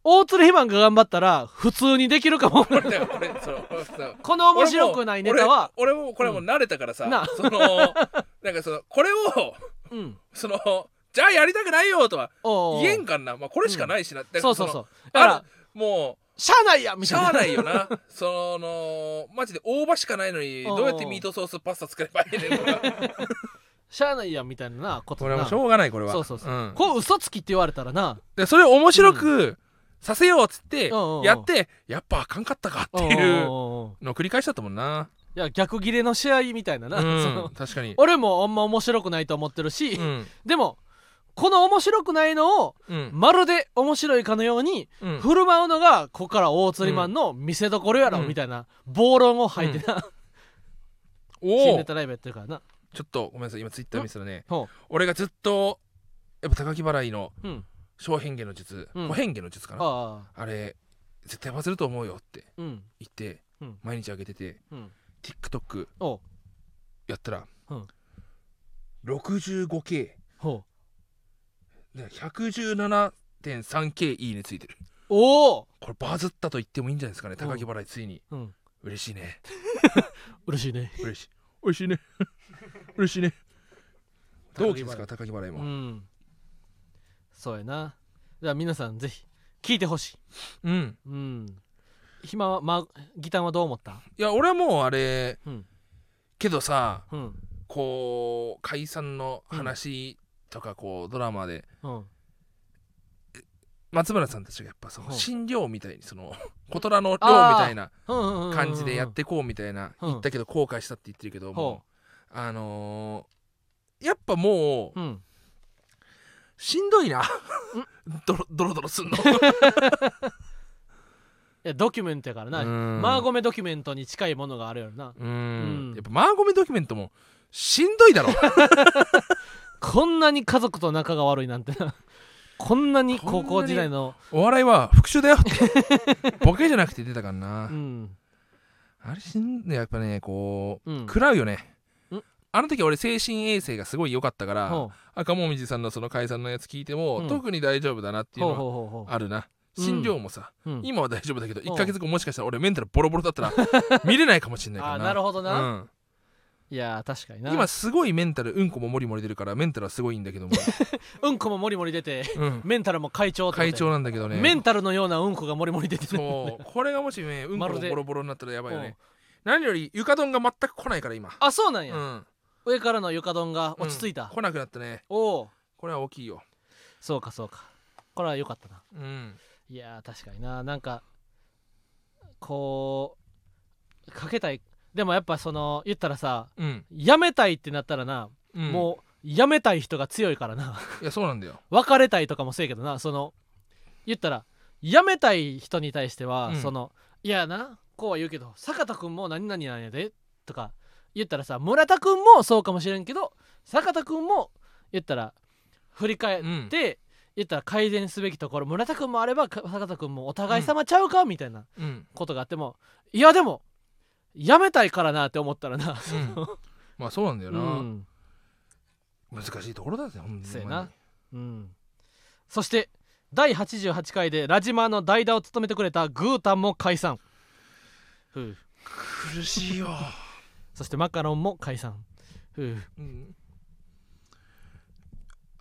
[SPEAKER 1] 大鶴ひまんが頑張ったら普通にできるかも
[SPEAKER 2] これだよこれそうそう
[SPEAKER 1] この 面白くないネタは
[SPEAKER 2] 俺も俺もこれはもう慣れたからさ、
[SPEAKER 1] うんな
[SPEAKER 2] そのなんかそのこれを
[SPEAKER 1] うん
[SPEAKER 2] そのじゃあやりたくないよとは
[SPEAKER 1] おうおう
[SPEAKER 2] 言えんかんな、まあ、これしかないしな、だから
[SPEAKER 1] そうそうそう
[SPEAKER 2] の
[SPEAKER 1] だから
[SPEAKER 2] あるもう
[SPEAKER 1] しゃあないやみ
[SPEAKER 2] した
[SPEAKER 1] いな
[SPEAKER 2] ゃあないよなそのマジで大葉しかないのに
[SPEAKER 1] うん
[SPEAKER 2] どうやってミートソースパスタ作ればいいねん のか
[SPEAKER 1] しゃあないやんみたいななこと
[SPEAKER 2] これは
[SPEAKER 1] な
[SPEAKER 2] もうしょうがないこれは
[SPEAKER 1] そうそうそうんこう嘘つきって言われたらな
[SPEAKER 2] でそれを面白くさせようっつって
[SPEAKER 1] うんうんうん
[SPEAKER 2] やってやっぱあかんかったかって
[SPEAKER 1] おお
[SPEAKER 2] いう
[SPEAKER 1] おお
[SPEAKER 2] のを繰り返しちゃったもんない
[SPEAKER 1] や逆切れの試合みたいなな、
[SPEAKER 2] う
[SPEAKER 1] そ
[SPEAKER 2] ん
[SPEAKER 1] の
[SPEAKER 2] 確かに
[SPEAKER 1] 俺もあんま面白くないと思ってるし、
[SPEAKER 2] うん
[SPEAKER 1] でもこの面白くないのを
[SPEAKER 2] うん
[SPEAKER 1] まるで面白いかのように
[SPEAKER 2] うん
[SPEAKER 1] 振る舞うのがここから大釣りマンの見せどころやろ、
[SPEAKER 2] うん
[SPEAKER 1] みたいな暴論を吐いてな、 新
[SPEAKER 2] おお
[SPEAKER 1] ネタライブやってるからな
[SPEAKER 2] ちょっとごめんなさい今ツイッター見せたらね
[SPEAKER 1] ほ
[SPEAKER 2] 俺がずっとやっぱ高木払いの
[SPEAKER 1] ううん
[SPEAKER 2] 小変化の術
[SPEAKER 1] うん
[SPEAKER 2] 小変化の術かな
[SPEAKER 1] ああ
[SPEAKER 2] あれ絶対バズると思うよって
[SPEAKER 1] うん
[SPEAKER 2] 言って
[SPEAKER 1] うん
[SPEAKER 2] 毎日上げてて
[SPEAKER 1] うん
[SPEAKER 2] TikTok
[SPEAKER 1] おう
[SPEAKER 2] やったら
[SPEAKER 1] うん
[SPEAKER 2] 6 5 k
[SPEAKER 1] ほう
[SPEAKER 2] で 117.3K いいねついてる
[SPEAKER 1] おお
[SPEAKER 2] これバズったと言ってもいいんじゃないですかね高木払いついに
[SPEAKER 1] うん
[SPEAKER 2] 嬉し いね
[SPEAKER 1] 嬉しいね
[SPEAKER 2] 嬉しい 嬉しいね嬉しいね
[SPEAKER 1] 高木払い
[SPEAKER 2] 同期ですから高木払いうも
[SPEAKER 1] んそうやなじゃあ皆さんぜひ聞いてほしい
[SPEAKER 2] うん
[SPEAKER 1] うん暇はまギターはどう思った
[SPEAKER 2] いや俺はもうあれ
[SPEAKER 1] うん
[SPEAKER 2] けどさ
[SPEAKER 1] うん
[SPEAKER 2] こう解散の話とかこうドラマで
[SPEAKER 1] うん
[SPEAKER 2] 松村さんたちがやっぱその
[SPEAKER 1] ほう
[SPEAKER 2] 新寮みたいにその小虎の寮み
[SPEAKER 1] あー
[SPEAKER 2] たいな感
[SPEAKER 1] 感
[SPEAKER 2] じでやってこうみたいな
[SPEAKER 1] うん
[SPEAKER 2] 言ったけど後悔したって言ってるけど
[SPEAKER 1] ほ
[SPEAKER 2] もうあのーやっぱもう
[SPEAKER 1] ううん
[SPEAKER 2] しんどいな ドロドロドロすんの
[SPEAKER 1] いやドキュメントやからな
[SPEAKER 2] うん
[SPEAKER 1] マーゴメドキュメントに近いものがあるやろな
[SPEAKER 2] う
[SPEAKER 1] うん
[SPEAKER 2] んやっぱマーゴメドキュメントもしんどいだろ
[SPEAKER 1] こんなに家族と仲が悪いなんてな こんなに高校時代の
[SPEAKER 2] お笑いは復讐だよって ボケじゃなくて出たからな、
[SPEAKER 1] うん
[SPEAKER 2] あれしんやっぱねこう、
[SPEAKER 1] うん
[SPEAKER 2] 食らうよね
[SPEAKER 1] うん
[SPEAKER 2] あの時俺精神衛生がすごい良かったから
[SPEAKER 1] ほう
[SPEAKER 2] 赤もみじさんのその解散のやつ聞いても、
[SPEAKER 1] うん
[SPEAKER 2] 特に大丈夫だなってい
[SPEAKER 1] ほ
[SPEAKER 2] う
[SPEAKER 1] う
[SPEAKER 2] のは
[SPEAKER 1] ほうほうほう
[SPEAKER 2] あるな
[SPEAKER 1] うん
[SPEAKER 2] 診療もさ、
[SPEAKER 1] うん
[SPEAKER 2] 今は大丈夫だけど
[SPEAKER 1] ん
[SPEAKER 2] 1ヶ月後もしかしたら俺メンタルボロボロだったら見れないかもしれないから
[SPEAKER 1] あ
[SPEAKER 2] な
[SPEAKER 1] なるほどな
[SPEAKER 2] うん
[SPEAKER 1] いやー確かにな
[SPEAKER 2] 今すごいメンタルうんこももりもり出るからメンタルはすごいんだ けども、
[SPEAKER 1] うんこももりもり出て
[SPEAKER 2] うん、
[SPEAKER 1] メンタルも会長ってことや
[SPEAKER 2] 会長なんだけどね
[SPEAKER 1] メンタルのようなうんこがもりもり出てる
[SPEAKER 2] そうこれがも しねうん
[SPEAKER 1] ま
[SPEAKER 2] こも
[SPEAKER 1] るで
[SPEAKER 2] ボロボロになったらやばいよね何より床丼が全く来ないから今
[SPEAKER 1] あそうなん
[SPEAKER 2] う
[SPEAKER 1] や、
[SPEAKER 2] ん
[SPEAKER 1] 上からの床丼が落ち着いた、
[SPEAKER 2] うん来なくなったね
[SPEAKER 1] おお
[SPEAKER 2] これは大きいよ
[SPEAKER 1] そうかそうかこれは良かったな
[SPEAKER 2] うん
[SPEAKER 1] いやー確かにななんかこうかけたいでもやっぱその言ったらさ
[SPEAKER 2] うん、
[SPEAKER 1] やめたいってなったらな、
[SPEAKER 2] うん、
[SPEAKER 1] もうやめたい人が強いからな
[SPEAKER 2] いやそうなんだよ
[SPEAKER 1] 別れたいとかもせえけどなその言ったらやめたい人に対しては、
[SPEAKER 2] うん
[SPEAKER 1] そのいやなこうは言うけど坂田君も何々なんやでとか言ったらさ村田君もそうかもしれんけど坂田君も言ったら振り返っ
[SPEAKER 2] うん
[SPEAKER 1] て、言ったら改善すべきところ村田君もあればか坂田君もお互い様ちゃうか、みたいな
[SPEAKER 2] うん、
[SPEAKER 1] ことがあってもいやでもやめたいからなって思ったら な、
[SPEAKER 2] うん、まあそうなんだよ
[SPEAKER 1] う
[SPEAKER 2] な、
[SPEAKER 1] ん
[SPEAKER 2] 難しいところだぜほん
[SPEAKER 1] そう
[SPEAKER 2] と
[SPEAKER 1] や
[SPEAKER 2] に
[SPEAKER 1] なうん、そして第88回でラジマの代打を務めてくれたグータンも解散ふう
[SPEAKER 2] 苦しい よ、
[SPEAKER 1] そしてマカロンも解散ふう
[SPEAKER 2] うん、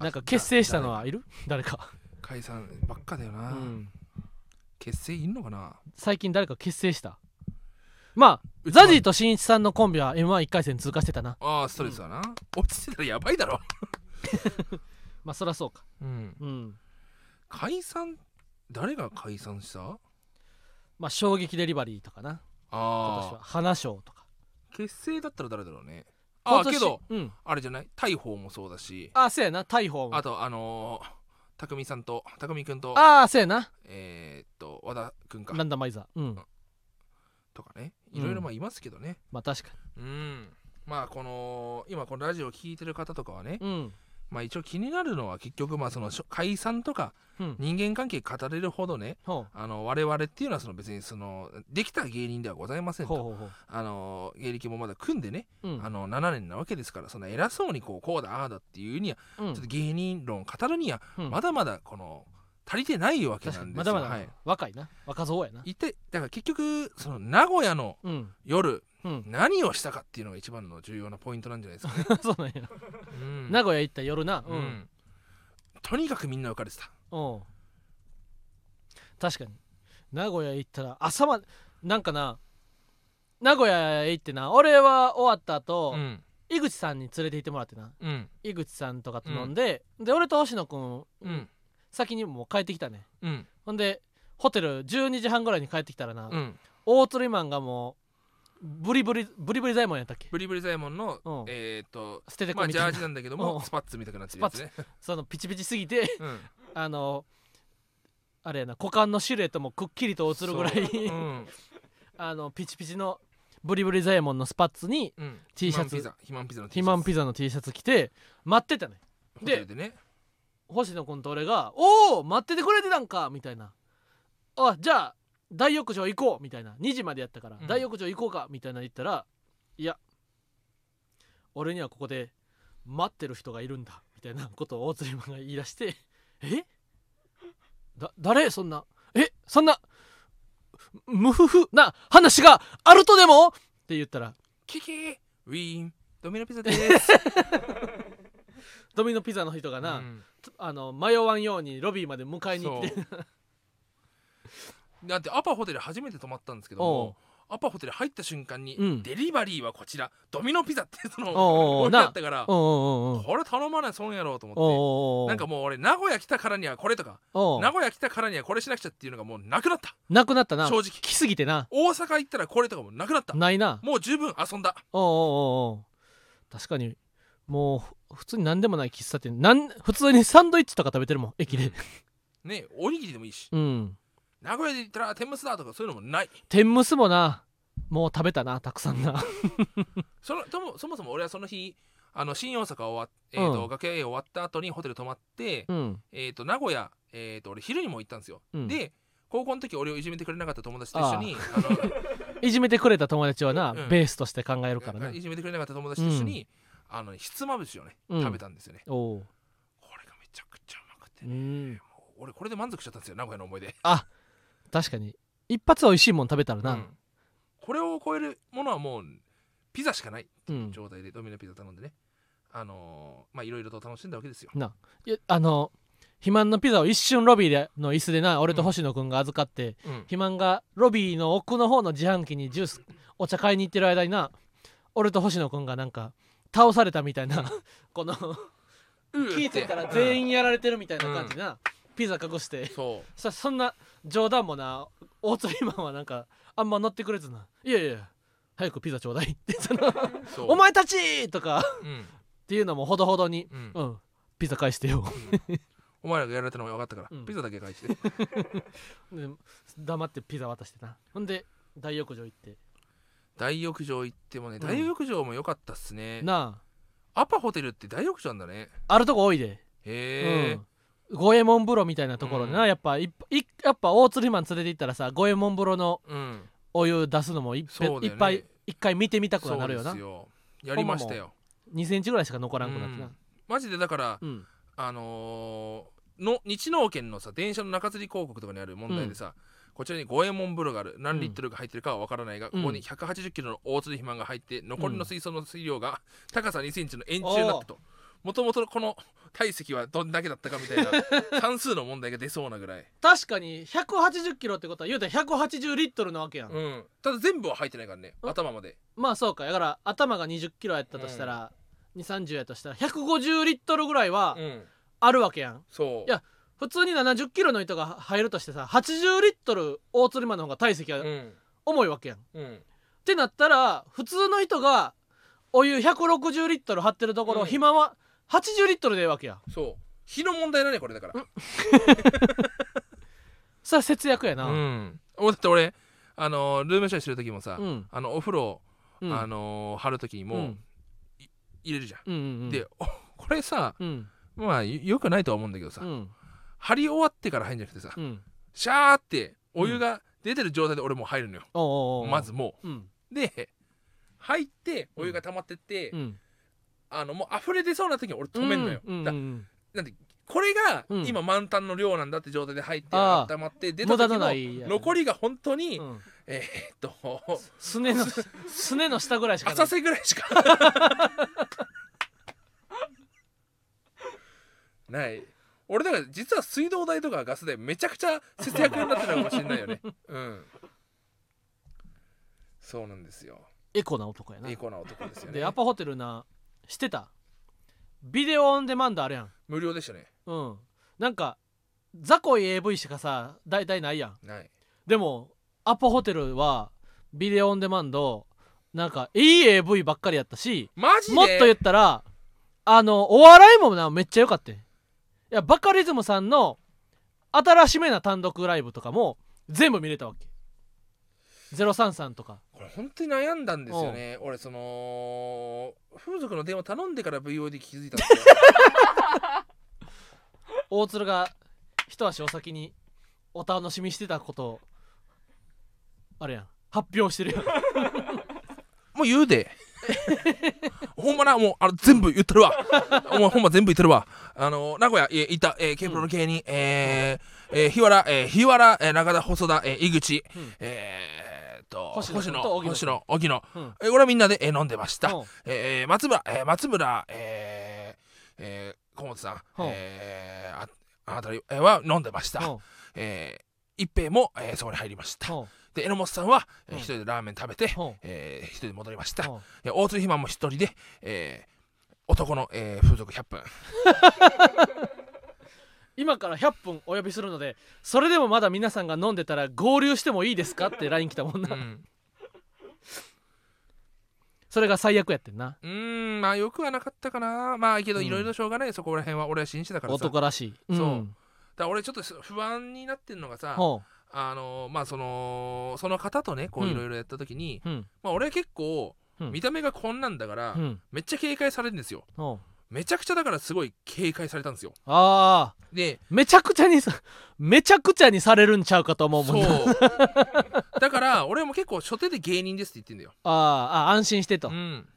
[SPEAKER 1] なんか結成したのはいる誰か、
[SPEAKER 2] 解散ばっかだよ
[SPEAKER 1] う
[SPEAKER 2] な、
[SPEAKER 1] ん、
[SPEAKER 2] 結成いんのかな
[SPEAKER 1] 最近誰か結成したまあザジーとしんいちさんのコンビは m 1 1回戦通過してたな
[SPEAKER 2] ああストレスだな、落ちてたらやばいだろ、
[SPEAKER 1] まあそりゃそうか
[SPEAKER 2] うん、
[SPEAKER 1] うん
[SPEAKER 2] 解散誰が解散した
[SPEAKER 1] まあ衝撃デリバリーとかな今年は
[SPEAKER 2] ああ
[SPEAKER 1] 花賞とか
[SPEAKER 2] 結成だったら誰だろうねああ
[SPEAKER 1] 今年
[SPEAKER 2] けど
[SPEAKER 1] うん
[SPEAKER 2] あれじゃない大鵬もそうだし
[SPEAKER 1] ああそうやな大鵬も
[SPEAKER 2] あとあのー、匠さんと匠くんと
[SPEAKER 1] ああそうやな
[SPEAKER 2] えー、っと和田くんか
[SPEAKER 1] ランダマイザーうん
[SPEAKER 2] とかねいろいろまあいますけどね
[SPEAKER 1] まあ確か
[SPEAKER 2] うん、まあこの今このラジオ聞いてる方とかはね、
[SPEAKER 1] にうん
[SPEAKER 2] まあ一応気になるのは結局まあそのしょ解散とか
[SPEAKER 1] うん
[SPEAKER 2] 人間関係語れるほどね
[SPEAKER 1] ほ
[SPEAKER 2] あの我々っていうのはその別にそのできた芸人ではございませ
[SPEAKER 1] うんほう
[SPEAKER 2] と
[SPEAKER 1] ほうほう
[SPEAKER 2] あの芸歴もまだ組んでね、
[SPEAKER 1] うん
[SPEAKER 2] あの7年なわけですからそんな偉そうにこうこうだああだっていうには、
[SPEAKER 1] うん
[SPEAKER 2] ちょっと芸人論語るには
[SPEAKER 1] うん
[SPEAKER 2] まだまだこの足りてないわけ
[SPEAKER 1] 確
[SPEAKER 2] な
[SPEAKER 1] か
[SPEAKER 2] ん
[SPEAKER 1] に
[SPEAKER 2] で
[SPEAKER 1] ますだ
[SPEAKER 2] よ。
[SPEAKER 1] まだ、
[SPEAKER 2] はい、
[SPEAKER 1] 若いな若造やな
[SPEAKER 2] 一体だから結局その名古屋の
[SPEAKER 1] うん
[SPEAKER 2] 夜
[SPEAKER 1] うん
[SPEAKER 2] 何をしたかっていうのが一番の重要なポイントなんじゃないですか ね。
[SPEAKER 1] そうなんや
[SPEAKER 2] うん
[SPEAKER 1] 名古屋行った夜なう
[SPEAKER 2] うんんとにかくみんな浮かれてた。
[SPEAKER 1] うん確かに名古屋行ったら朝までなんかな名古屋へ行ってな俺は終わった後、
[SPEAKER 2] うん
[SPEAKER 1] 井口さんに連れて行ってもらってな
[SPEAKER 2] うん
[SPEAKER 1] 井口さんとかと飲んで、で俺と星野くん、
[SPEAKER 2] うん
[SPEAKER 1] 先にもう帰ってきたね
[SPEAKER 2] うん
[SPEAKER 1] ほんでホテル12時半ぐらいに帰ってきたらな、
[SPEAKER 2] うん
[SPEAKER 1] 大鶴マンがもうブリブリブリブリ左衛門やったっけ
[SPEAKER 2] ブリブリザイモンの
[SPEAKER 1] うん
[SPEAKER 2] えーっと
[SPEAKER 1] 捨てて
[SPEAKER 2] ま
[SPEAKER 1] こ
[SPEAKER 2] あ
[SPEAKER 1] み
[SPEAKER 2] ジャ
[SPEAKER 1] た
[SPEAKER 2] ー
[SPEAKER 1] い
[SPEAKER 2] ジ
[SPEAKER 1] な
[SPEAKER 2] なんだけど
[SPEAKER 1] う
[SPEAKER 2] も
[SPEAKER 1] ん
[SPEAKER 2] スパッツみたくなってるやつね
[SPEAKER 1] そのピチピチすぎて
[SPEAKER 2] うん
[SPEAKER 1] あのあれやな股間のシルエットもくっきりと映るぐらい
[SPEAKER 2] そううん
[SPEAKER 1] あのピチピチのブリブリザエモンのスパッツに
[SPEAKER 2] うん
[SPEAKER 1] T シャツ
[SPEAKER 2] 肥満ピザ
[SPEAKER 1] 肥満ピ
[SPEAKER 2] ザ
[SPEAKER 1] ザの T シャツ着て待ってたね
[SPEAKER 2] の T シャツホテルでね
[SPEAKER 1] 星野君と俺が「おお待っててくれてたんか」みたいな「あじゃあ大浴場行こう」みたいな2時までやったから、
[SPEAKER 2] うん
[SPEAKER 1] 大浴場行こうかみたいな言ったら「いや俺にはここで待ってる人がいるんだ」みたいなことを大釣りマンが言い出して「えだ誰そんなえそんな無夫婦な話があるとでも?」って言ったら
[SPEAKER 2] キキーウィーンドミノピ ザです
[SPEAKER 1] ドミノピザの人がな、
[SPEAKER 2] うん
[SPEAKER 1] あの迷わんようにロビーまで迎えに来て
[SPEAKER 2] そう だってアパホテル初めて泊まったんですけどもアパホテル入った瞬間に、
[SPEAKER 1] うん
[SPEAKER 2] デリバリーはこちらドミノピザってその
[SPEAKER 1] おうおう
[SPEAKER 2] 置いてあったから
[SPEAKER 1] おうおうおう
[SPEAKER 2] これ頼まない損やろうと
[SPEAKER 1] おう
[SPEAKER 2] 思って
[SPEAKER 1] おうおう
[SPEAKER 2] なんかもう俺名古屋来たからにはこれとか
[SPEAKER 1] おう
[SPEAKER 2] 名古屋来たからにはこれしなくちゃっていうのがもうなくなった
[SPEAKER 1] なくなったな
[SPEAKER 2] 正直
[SPEAKER 1] 来すぎてな
[SPEAKER 2] 大阪行ったらこれとかもなくなった
[SPEAKER 1] ないな
[SPEAKER 2] もう十分遊んだ
[SPEAKER 1] おうおうおうおう確かにもうふ普通に何でもない喫茶店なん普通にサンドイッチとか食べてるもん駅で
[SPEAKER 2] ねおにぎりでもいいし
[SPEAKER 1] うん
[SPEAKER 2] 名古屋で行ったら天むすだとかそういうのもない
[SPEAKER 1] 天むすもなもう食べたなたくさんな
[SPEAKER 2] そのともそもそも俺はその日あの新大阪終わっ、えーと
[SPEAKER 1] うん
[SPEAKER 2] 楽屋へ終わった後にホテル泊まって、
[SPEAKER 1] うん
[SPEAKER 2] えー、と名古屋、えー、と俺昼にも行ったんですよ、
[SPEAKER 1] うん
[SPEAKER 2] で高校の時俺をいじめてくれなかった友達と一緒に あ
[SPEAKER 1] いじめてくれた友達はな、
[SPEAKER 2] うん
[SPEAKER 1] ベースとして考えるから
[SPEAKER 2] のい
[SPEAKER 1] ね
[SPEAKER 2] じめてくれなかった友達と一緒に、あのひつまぶしをね
[SPEAKER 1] うん
[SPEAKER 2] 食べたんですよね、
[SPEAKER 1] おう
[SPEAKER 2] これがめちゃくちゃうまくて、
[SPEAKER 1] う
[SPEAKER 2] ね
[SPEAKER 1] ん
[SPEAKER 2] もう俺これで満足しちゃったんですよ名古屋の思い出、
[SPEAKER 1] 確かに一発美味しいもん食べたら
[SPEAKER 2] う
[SPEAKER 1] な、
[SPEAKER 2] んこれを超えるものはもうピザしかない
[SPEAKER 1] うん、
[SPEAKER 2] 状態でドミノピザ頼んでねあのーまあいろいろと楽しんだわけですよ
[SPEAKER 1] いやあの肥満のピザを一瞬ロビーでの椅子でな俺と星野くんが預かって、
[SPEAKER 2] うん
[SPEAKER 1] 肥満がロビーの奥の方の自販機にジュースお茶買いに行ってる間にな俺と星野くんがなんか倒されたみたいな この気ぃついたら全
[SPEAKER 2] 員、
[SPEAKER 1] 員やられてるみたいな感じでな、ピザ隠して
[SPEAKER 2] うんそう
[SPEAKER 1] そそんな冗談もな大鶴マンはなんかあんま乗ってくれずないやいや早くピザちょうだいってその
[SPEAKER 2] そう
[SPEAKER 1] お前たちとか
[SPEAKER 2] うん
[SPEAKER 1] っていうのもほどほどに
[SPEAKER 2] うん
[SPEAKER 1] うんピザ返してよ
[SPEAKER 2] お前らがやられたのが分かったから、
[SPEAKER 1] うん
[SPEAKER 2] ピザだけ 返して
[SPEAKER 1] で黙ってピザ渡してなほんで大浴場行って
[SPEAKER 2] 大浴場行ってもね
[SPEAKER 1] ん
[SPEAKER 2] 大浴場も良かったっすね、
[SPEAKER 1] な
[SPEAKER 2] アパホテルって大浴場なんだね
[SPEAKER 1] ああるとこ多いで
[SPEAKER 2] へえ、
[SPEAKER 1] うん、五右衛門風呂みたいなところでな、
[SPEAKER 2] うん
[SPEAKER 1] やっぱいっいやっぱ大釣りマン連れて行ったらさ五右衛門風呂の
[SPEAKER 2] うん
[SPEAKER 1] お湯出すのもいっぺ
[SPEAKER 2] そうだよね
[SPEAKER 1] いっぱい一回見てみたくはなるよ
[SPEAKER 2] そう
[SPEAKER 1] な
[SPEAKER 2] ですよやりましたよ
[SPEAKER 1] 2センチぐらいしか残らんくなって
[SPEAKER 2] う
[SPEAKER 1] なん
[SPEAKER 2] マジでだから、
[SPEAKER 1] うん
[SPEAKER 2] あのーの日農研のさ電車の中吊り広告とかにある問題でさ、こちらに五右衛門風呂がある何リットルが入ってるかは分からないが、
[SPEAKER 1] うん
[SPEAKER 2] ここに180キロの大鶴肥満が入って残りの水槽の水量が高さ2センチの円柱になったともともとこの体積はどんだけだったかみたい な算数の問題が出そうなぐらい、
[SPEAKER 1] 確かに180キロってことは言うたら180リットルなわけやん、
[SPEAKER 2] うん、ただ全部は入ってないからね
[SPEAKER 1] うん
[SPEAKER 2] 頭まで
[SPEAKER 1] まあそうかだから頭が20キロやったとしたら、二三230やとしたら150リットルぐらいは
[SPEAKER 2] うん
[SPEAKER 1] あるわけやん
[SPEAKER 2] そう
[SPEAKER 1] いや普通に70キロの糸が入るとしてさ80リットル大釣りマンの方が体積
[SPEAKER 2] う
[SPEAKER 1] は
[SPEAKER 2] ん
[SPEAKER 1] 重いわけやん
[SPEAKER 2] うん
[SPEAKER 1] ってなったら普通の人がお湯160リットル張ってるところ、
[SPEAKER 2] うん
[SPEAKER 1] 暇は80リットルでええわけや
[SPEAKER 2] そう火の問題だねこれだから
[SPEAKER 1] それは節約やな
[SPEAKER 2] うんおだって俺あのールームシェアしてる時もさ、
[SPEAKER 1] うん
[SPEAKER 2] あのお風呂、
[SPEAKER 1] うん
[SPEAKER 2] あのー貼る時にも、
[SPEAKER 1] うん
[SPEAKER 2] 入れるじゃん、
[SPEAKER 1] うんうんうん
[SPEAKER 2] でおこれさ
[SPEAKER 1] うん
[SPEAKER 2] まあよくないとは思うんだけどさ、
[SPEAKER 1] うん
[SPEAKER 2] 張り終わってから入るんじゃなくてさ、
[SPEAKER 1] うん
[SPEAKER 2] シャーってお湯が出てる状態で俺もう入るのよ、
[SPEAKER 1] おうおうおう
[SPEAKER 2] まずも
[SPEAKER 1] うん
[SPEAKER 2] うで入ってお湯が溜まってって、
[SPEAKER 1] うん
[SPEAKER 2] あのもう溢れ出そうな時に俺止めんのよ、
[SPEAKER 1] うんうんう
[SPEAKER 2] だ
[SPEAKER 1] ん
[SPEAKER 2] なんでこれが
[SPEAKER 1] うん
[SPEAKER 2] 今満タンの量なんだって状態で入って
[SPEAKER 1] あー
[SPEAKER 2] 温まって出た
[SPEAKER 1] 無駄
[SPEAKER 2] 時
[SPEAKER 1] のな
[SPEAKER 2] の
[SPEAKER 1] いやつ
[SPEAKER 2] 残りが本当に、
[SPEAKER 1] うん
[SPEAKER 2] えーっと
[SPEAKER 1] す ねのすねの下ぐらいしかな
[SPEAKER 2] 浅
[SPEAKER 1] い
[SPEAKER 2] 瀬ぐらいしかない俺だから実は水道代とかガス代めちゃくちゃ節約になってるのかもしれないよ ねうんそうなんですよ
[SPEAKER 1] エコな男やな。
[SPEAKER 2] いい子な男ですよね
[SPEAKER 1] で、アパホテルな、してた。ビデオオンデマンドあるやん。
[SPEAKER 2] 無料でしたね
[SPEAKER 1] うん。なんか、雑魚い AV しかさ、大体ないやん。
[SPEAKER 2] ない
[SPEAKER 1] でも、アパホテルは、ビデオオンデマンド、なんか、いい AV ばっかりやったし、
[SPEAKER 2] マジで
[SPEAKER 1] もっと言ったら、あの、お笑いもな、めっちゃ良かったんいや、バカリズムさんの、新しめな単独ライブとかも、全部見れたわけ。033とか。
[SPEAKER 2] これ本当に悩んだんですよね俺その風俗の電話頼んでから VOD 気づいたんですよ
[SPEAKER 1] 大鶴が一足お先にお楽しみしてたことをあれやん発表してるやん
[SPEAKER 2] もう言うでほんまなもうあの全部言ってるわお前ほんま全部言ってるわあの名古屋えいた、えー、ケーブルの芸人、えーえー日原、えー、日原、えー中田細田、えー井口、
[SPEAKER 1] うん
[SPEAKER 2] えーっと
[SPEAKER 1] 星
[SPEAKER 2] 星
[SPEAKER 1] 野
[SPEAKER 2] 野
[SPEAKER 1] と荻野
[SPEAKER 2] 星野荻野、
[SPEAKER 1] うん
[SPEAKER 2] えー、俺はみんなで、えー飲んでました、
[SPEAKER 1] うん
[SPEAKER 2] えー松村、えー松村、えーえー小本さん、
[SPEAKER 1] うん
[SPEAKER 2] えーああなたえーは飲んでました、
[SPEAKER 1] うん
[SPEAKER 2] えー一平も、えーそこに入りました、
[SPEAKER 1] うん
[SPEAKER 2] で榎本さんは、えー
[SPEAKER 1] うん
[SPEAKER 2] 一人でラーメン食べて、
[SPEAKER 1] うん
[SPEAKER 2] えー一人で戻りました、
[SPEAKER 1] うん
[SPEAKER 2] えー大津肥満も一人で、えー男の、えー風俗100分
[SPEAKER 1] 今から100分お呼びするのでそれでもまだ皆さんが飲んでたら合流してもいいですかって LINE 来たもんな、
[SPEAKER 2] うん
[SPEAKER 1] それが最悪やってんな
[SPEAKER 2] うーんまあよくはなかったかなまあけど
[SPEAKER 1] うん
[SPEAKER 2] いろいろしょうがない、そこら辺は俺は紳士だからさだか
[SPEAKER 1] 男らしい、ん
[SPEAKER 2] そうら俺ちょっと不安になってるのがさ
[SPEAKER 1] ほ
[SPEAKER 2] あのーまあそのその方とねこ
[SPEAKER 1] う
[SPEAKER 2] うんいろいろやった時に、
[SPEAKER 1] ううん
[SPEAKER 2] まあ俺は結構
[SPEAKER 1] うん
[SPEAKER 2] 見た目がこんなんだから、
[SPEAKER 1] うん
[SPEAKER 2] めっちゃ警戒されるんですよ
[SPEAKER 1] ほう
[SPEAKER 2] めちゃくちゃだからすごい警戒されたんですよ
[SPEAKER 1] ああ
[SPEAKER 2] で
[SPEAKER 1] めちゃくちゃにさめちゃくちゃにされるんちゃうかと思うもん
[SPEAKER 2] そう
[SPEAKER 1] なあ
[SPEAKER 2] だから俺も結構初手で芸人ですって言ってんだよ、
[SPEAKER 1] ああ安心してと、
[SPEAKER 2] うん、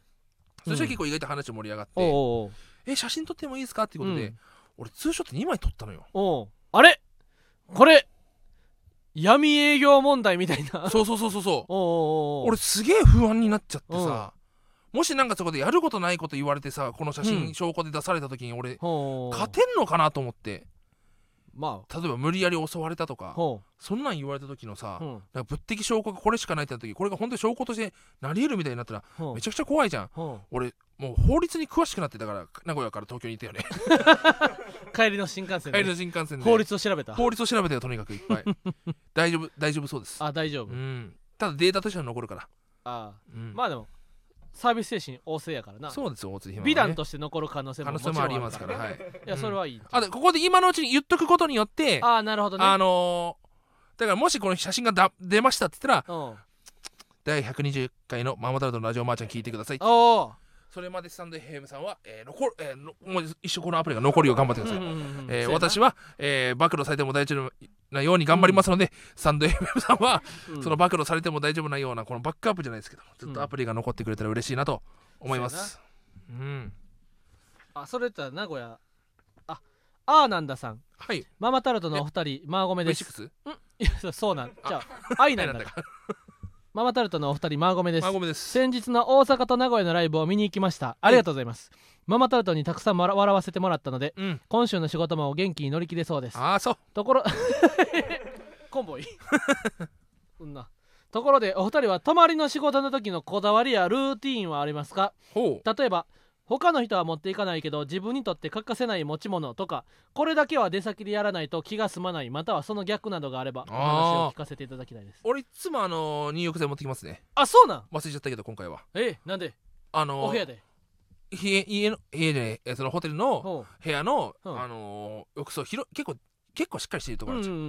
[SPEAKER 2] そしたら結構意外と話盛り上がって、
[SPEAKER 1] おうおう
[SPEAKER 2] え写真撮ってもいいですかって
[SPEAKER 1] お
[SPEAKER 2] こ
[SPEAKER 1] う、
[SPEAKER 2] と
[SPEAKER 1] う
[SPEAKER 2] で、
[SPEAKER 1] ん
[SPEAKER 2] 俺ツーショット2枚撮ったのよ
[SPEAKER 1] おうあれこれ闇営業問題みたいな
[SPEAKER 2] そうそうそうそうそう
[SPEAKER 1] おうおうおう
[SPEAKER 2] 俺すげえ不安になっちゃってさもしなんかそこでやることないこと言われてさこの写真、
[SPEAKER 1] うん
[SPEAKER 2] 証拠で出された時に俺
[SPEAKER 1] ほう
[SPEAKER 2] 勝てんのかなと思って
[SPEAKER 1] ま
[SPEAKER 2] 例えば無理やり襲われたと
[SPEAKER 1] あ
[SPEAKER 2] か
[SPEAKER 1] ほ
[SPEAKER 2] そんなん言われた時のさ、
[SPEAKER 1] ううん
[SPEAKER 2] なんか物的証拠がこれしかないってなった時これが本当に証拠としてなり得るみたいになったら
[SPEAKER 1] ほう
[SPEAKER 2] めちゃくちゃ怖いじゃん
[SPEAKER 1] ほ
[SPEAKER 2] 俺もう法律に詳しくなってだから名古屋から東京に いたよね
[SPEAKER 1] う帰りの新幹線
[SPEAKER 2] 帰りの
[SPEAKER 1] で
[SPEAKER 2] 新幹線で
[SPEAKER 1] 法律を調べた
[SPEAKER 2] 法律を調べたよとにかくいっ ぱい大丈夫大丈夫そうです
[SPEAKER 1] あ大丈夫
[SPEAKER 2] うんただデータとしては残るから、
[SPEAKER 1] あ
[SPEAKER 2] うん
[SPEAKER 1] あまあでもサービス精神旺盛やからな
[SPEAKER 2] そうですよ大津ひまはね
[SPEAKER 1] 美談として残る可能性
[SPEAKER 2] 可
[SPEAKER 1] も
[SPEAKER 2] 能
[SPEAKER 1] もち
[SPEAKER 2] 性も
[SPEAKER 1] ろ
[SPEAKER 2] あ
[SPEAKER 1] ん
[SPEAKER 2] りますから
[SPEAKER 1] ね
[SPEAKER 2] はい
[SPEAKER 1] いやそれはいい
[SPEAKER 2] あでここで今のうちに言っとくことによってあ,、
[SPEAKER 1] ああなるほどね
[SPEAKER 2] のーだからもしこの写真がだ出ましたって言ったら
[SPEAKER 1] うん
[SPEAKER 2] 第120回のママタルトのラジオマーちゃん聞いてください
[SPEAKER 1] おお
[SPEAKER 2] それまでスタンド FM さんは、えー残るえーのもう一生このアプリが残るよう頑張ってください、えー私は、えー暴露されても大丈夫なように頑張りますので、スタンド FM さんはその暴露されても大丈夫なようなこのバックアップじゃないですけどずっとアプリが残ってくれたら嬉しいなと思います。うん、
[SPEAKER 1] あそれとは名古屋ああーなんださん
[SPEAKER 2] はい。
[SPEAKER 1] ママタルトのお二人マーゴメです
[SPEAKER 2] V6?
[SPEAKER 1] いやそうなんじゃあ愛なんだ
[SPEAKER 2] だから。
[SPEAKER 1] ママタルトのお二人マーゴメです
[SPEAKER 2] あごめんです。
[SPEAKER 1] 先日の大阪と名古屋のライブを見に行きましたありがとうございます、ママタルトにたくさん笑笑わせてもらったので
[SPEAKER 2] うん。
[SPEAKER 1] 今週の仕事もお元気に乗り切れそうです
[SPEAKER 2] ああそう。
[SPEAKER 1] ところ コンボイうんなところでお二人は泊まりの仕事の時のこだわりやルーティーンはありますか
[SPEAKER 2] ほう。
[SPEAKER 1] 例えば他の人は持っていかないけど自分にとって欠かせない持ち物とかこれだけは出先でやらないと気が済まないまたはその逆などがあればお話を聞かせていただきたいです
[SPEAKER 2] 俺いつもあの入浴剤持ってきますね。
[SPEAKER 1] あそうなん
[SPEAKER 2] 忘れちゃったけど今回は。
[SPEAKER 1] えなんで
[SPEAKER 2] あの
[SPEAKER 1] お部屋で
[SPEAKER 2] 家家の家じゃないえそのホテルの
[SPEAKER 1] ほ
[SPEAKER 2] 部屋の、
[SPEAKER 1] うん
[SPEAKER 2] あのー浴槽広い結構結構しっかりしてると
[SPEAKER 1] う
[SPEAKER 2] こ
[SPEAKER 1] う
[SPEAKER 2] ろ
[SPEAKER 1] ん
[SPEAKER 2] なん
[SPEAKER 1] う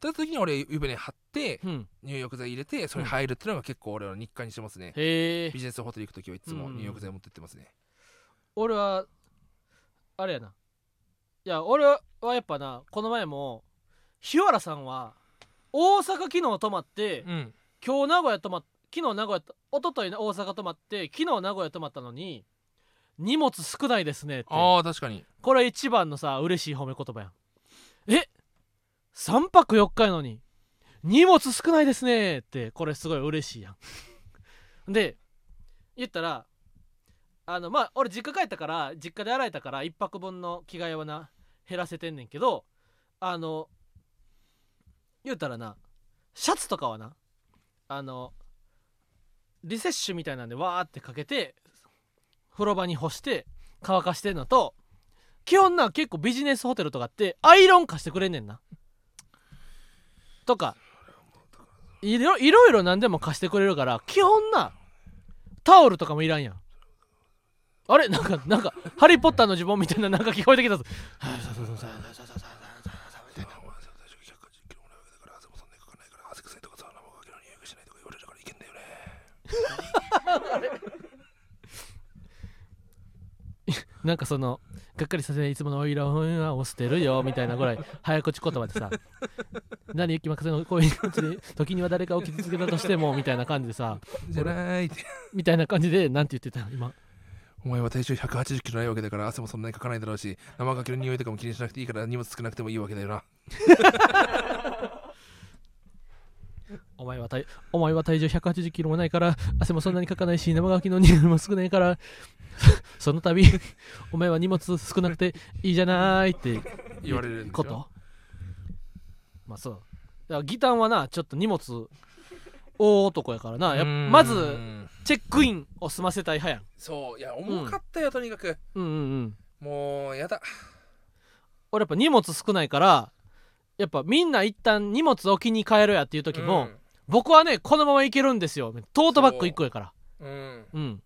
[SPEAKER 2] です
[SPEAKER 1] ん
[SPEAKER 2] よ。という時に俺湯船張って
[SPEAKER 1] うんうん
[SPEAKER 2] 入浴剤入れてそれ入るっていうのが結構俺の日課にしてますね。
[SPEAKER 1] へえ
[SPEAKER 2] ビジネスホテル行く時はいつも入浴剤持ってってますね。
[SPEAKER 1] 俺はあれやないや俺はやっぱなこの前も日原さんは大阪昨日泊まって、
[SPEAKER 2] うん。
[SPEAKER 1] 今日名古屋泊まっ昨日名古屋と一昨日大阪泊まって昨日名古屋泊まったのに荷物少ないですねって
[SPEAKER 2] ああ確かに。
[SPEAKER 1] これ一番のさ嬉しい褒め言葉やんえ3泊4日やのに荷物少ないですねってこれすごい嬉しいやんで言ったらあのまあ俺実家帰ったから実家で洗えたから1泊分の着替えはな減らせてんねんけどあの言うたらなシャツとかはなあのリセッシュみたいなんでわーってかけて風呂場に干して乾かしてんのと基本な結構ビジネスホテルとかってアイロン貸してくれんねんなとかいろいろいろ何でも貸してくれるから基本なタオルとかもいらんやんあれなんかなんか「ハリー・ポッター」の呪文みたいななんか聞こえてきたぞなんかそのがっかりさせないいつものおいらを押してるよみたいなぐらい早口言葉でさ何ゆきまかせのこういう感じで時には誰かを傷つけたとしてもみたいな感じでさ
[SPEAKER 2] じゃないって
[SPEAKER 1] みたいな感じでなんて言ってたの今
[SPEAKER 2] お前は体重180キロないわけだから汗もそんなにかかないだろうし生かけの匂いとかも気にしなくていいから荷物少なくてもいいわけだよな
[SPEAKER 1] お前は体お前は体重180キロもないから汗もそんなにかかないし生乾きの匂いも少ないからその度お前は荷物少なくていいじゃないって
[SPEAKER 2] 言われるんですよ
[SPEAKER 1] ことまあそうだからギタンはなちょっと荷物大男やからなやっぱ
[SPEAKER 2] うん
[SPEAKER 1] まずチェックインを済ませたい派やん
[SPEAKER 2] そういや重かったよ、とにかく
[SPEAKER 1] うんうんうん
[SPEAKER 2] もうやだ
[SPEAKER 1] 俺やっぱ荷物少ないからやっぱみんな一旦荷物置きに帰ろうやっていう時も、僕はねこのまま行けるんですよトートバッグ1個やから
[SPEAKER 2] うん、うん
[SPEAKER 1] うん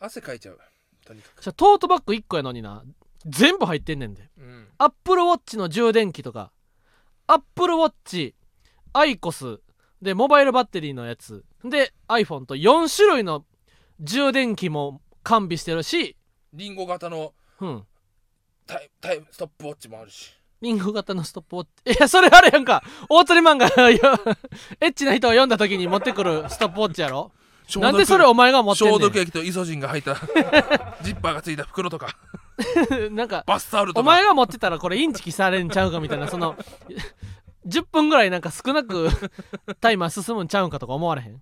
[SPEAKER 2] 汗かいちゃうとにかく
[SPEAKER 1] じゃトートバッグ1個やのにな全部入ってんねんで
[SPEAKER 2] うん
[SPEAKER 1] アップルウォッチの充電器とかアップルウォッチアイコスでモバイルバッテリーのやつで iPhone と4種類の充電器も完備してるし
[SPEAKER 2] リンゴ型の
[SPEAKER 1] うん
[SPEAKER 2] タイタイムストップウォッチもあるし
[SPEAKER 1] リンゴ型のストップウォッチいやそれあれやんか大鳥マンがいやエッチな人を読んだ時に持ってくるストップウォッチやろなんでそれお前が持ってんね
[SPEAKER 2] 消
[SPEAKER 1] ん
[SPEAKER 2] 毒液とイソジンが入った ジッパーがついた袋とか
[SPEAKER 1] なんか
[SPEAKER 2] バスタオルとか
[SPEAKER 1] お前が持ってたらこれインチキされんちゃうかみたいなその 10分ぐらいなんか少なくタイマー進むんちゃうんかとか思われへん
[SPEAKER 2] ね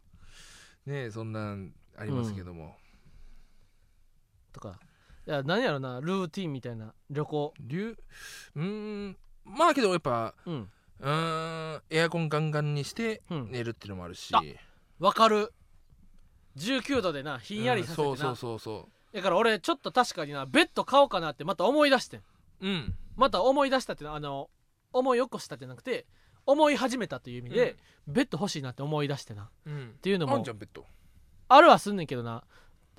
[SPEAKER 2] えそんなんありますけども、
[SPEAKER 1] とかいや何やろなルーティンみたいな旅行
[SPEAKER 2] 流うーんまあけどやっぱ
[SPEAKER 1] うん
[SPEAKER 2] うーんエアコンガンガンにして
[SPEAKER 1] うん
[SPEAKER 2] 寝るっていうのもあるし、
[SPEAKER 1] あわかる19度でなひんやりさせてな、
[SPEAKER 2] うんそうそうそうそ
[SPEAKER 1] だから俺ちょっと確かになベッド買おうかなってまた思い出してん
[SPEAKER 2] ううん
[SPEAKER 1] また思い出したっていうのはあの思い起こしたってなくて思い始めたという意味で、ベッド欲しいなって思い出してなっ
[SPEAKER 2] うん
[SPEAKER 1] ていうの
[SPEAKER 2] あ
[SPEAKER 1] も
[SPEAKER 2] んじゃんベッド
[SPEAKER 1] あるはすんねんけどな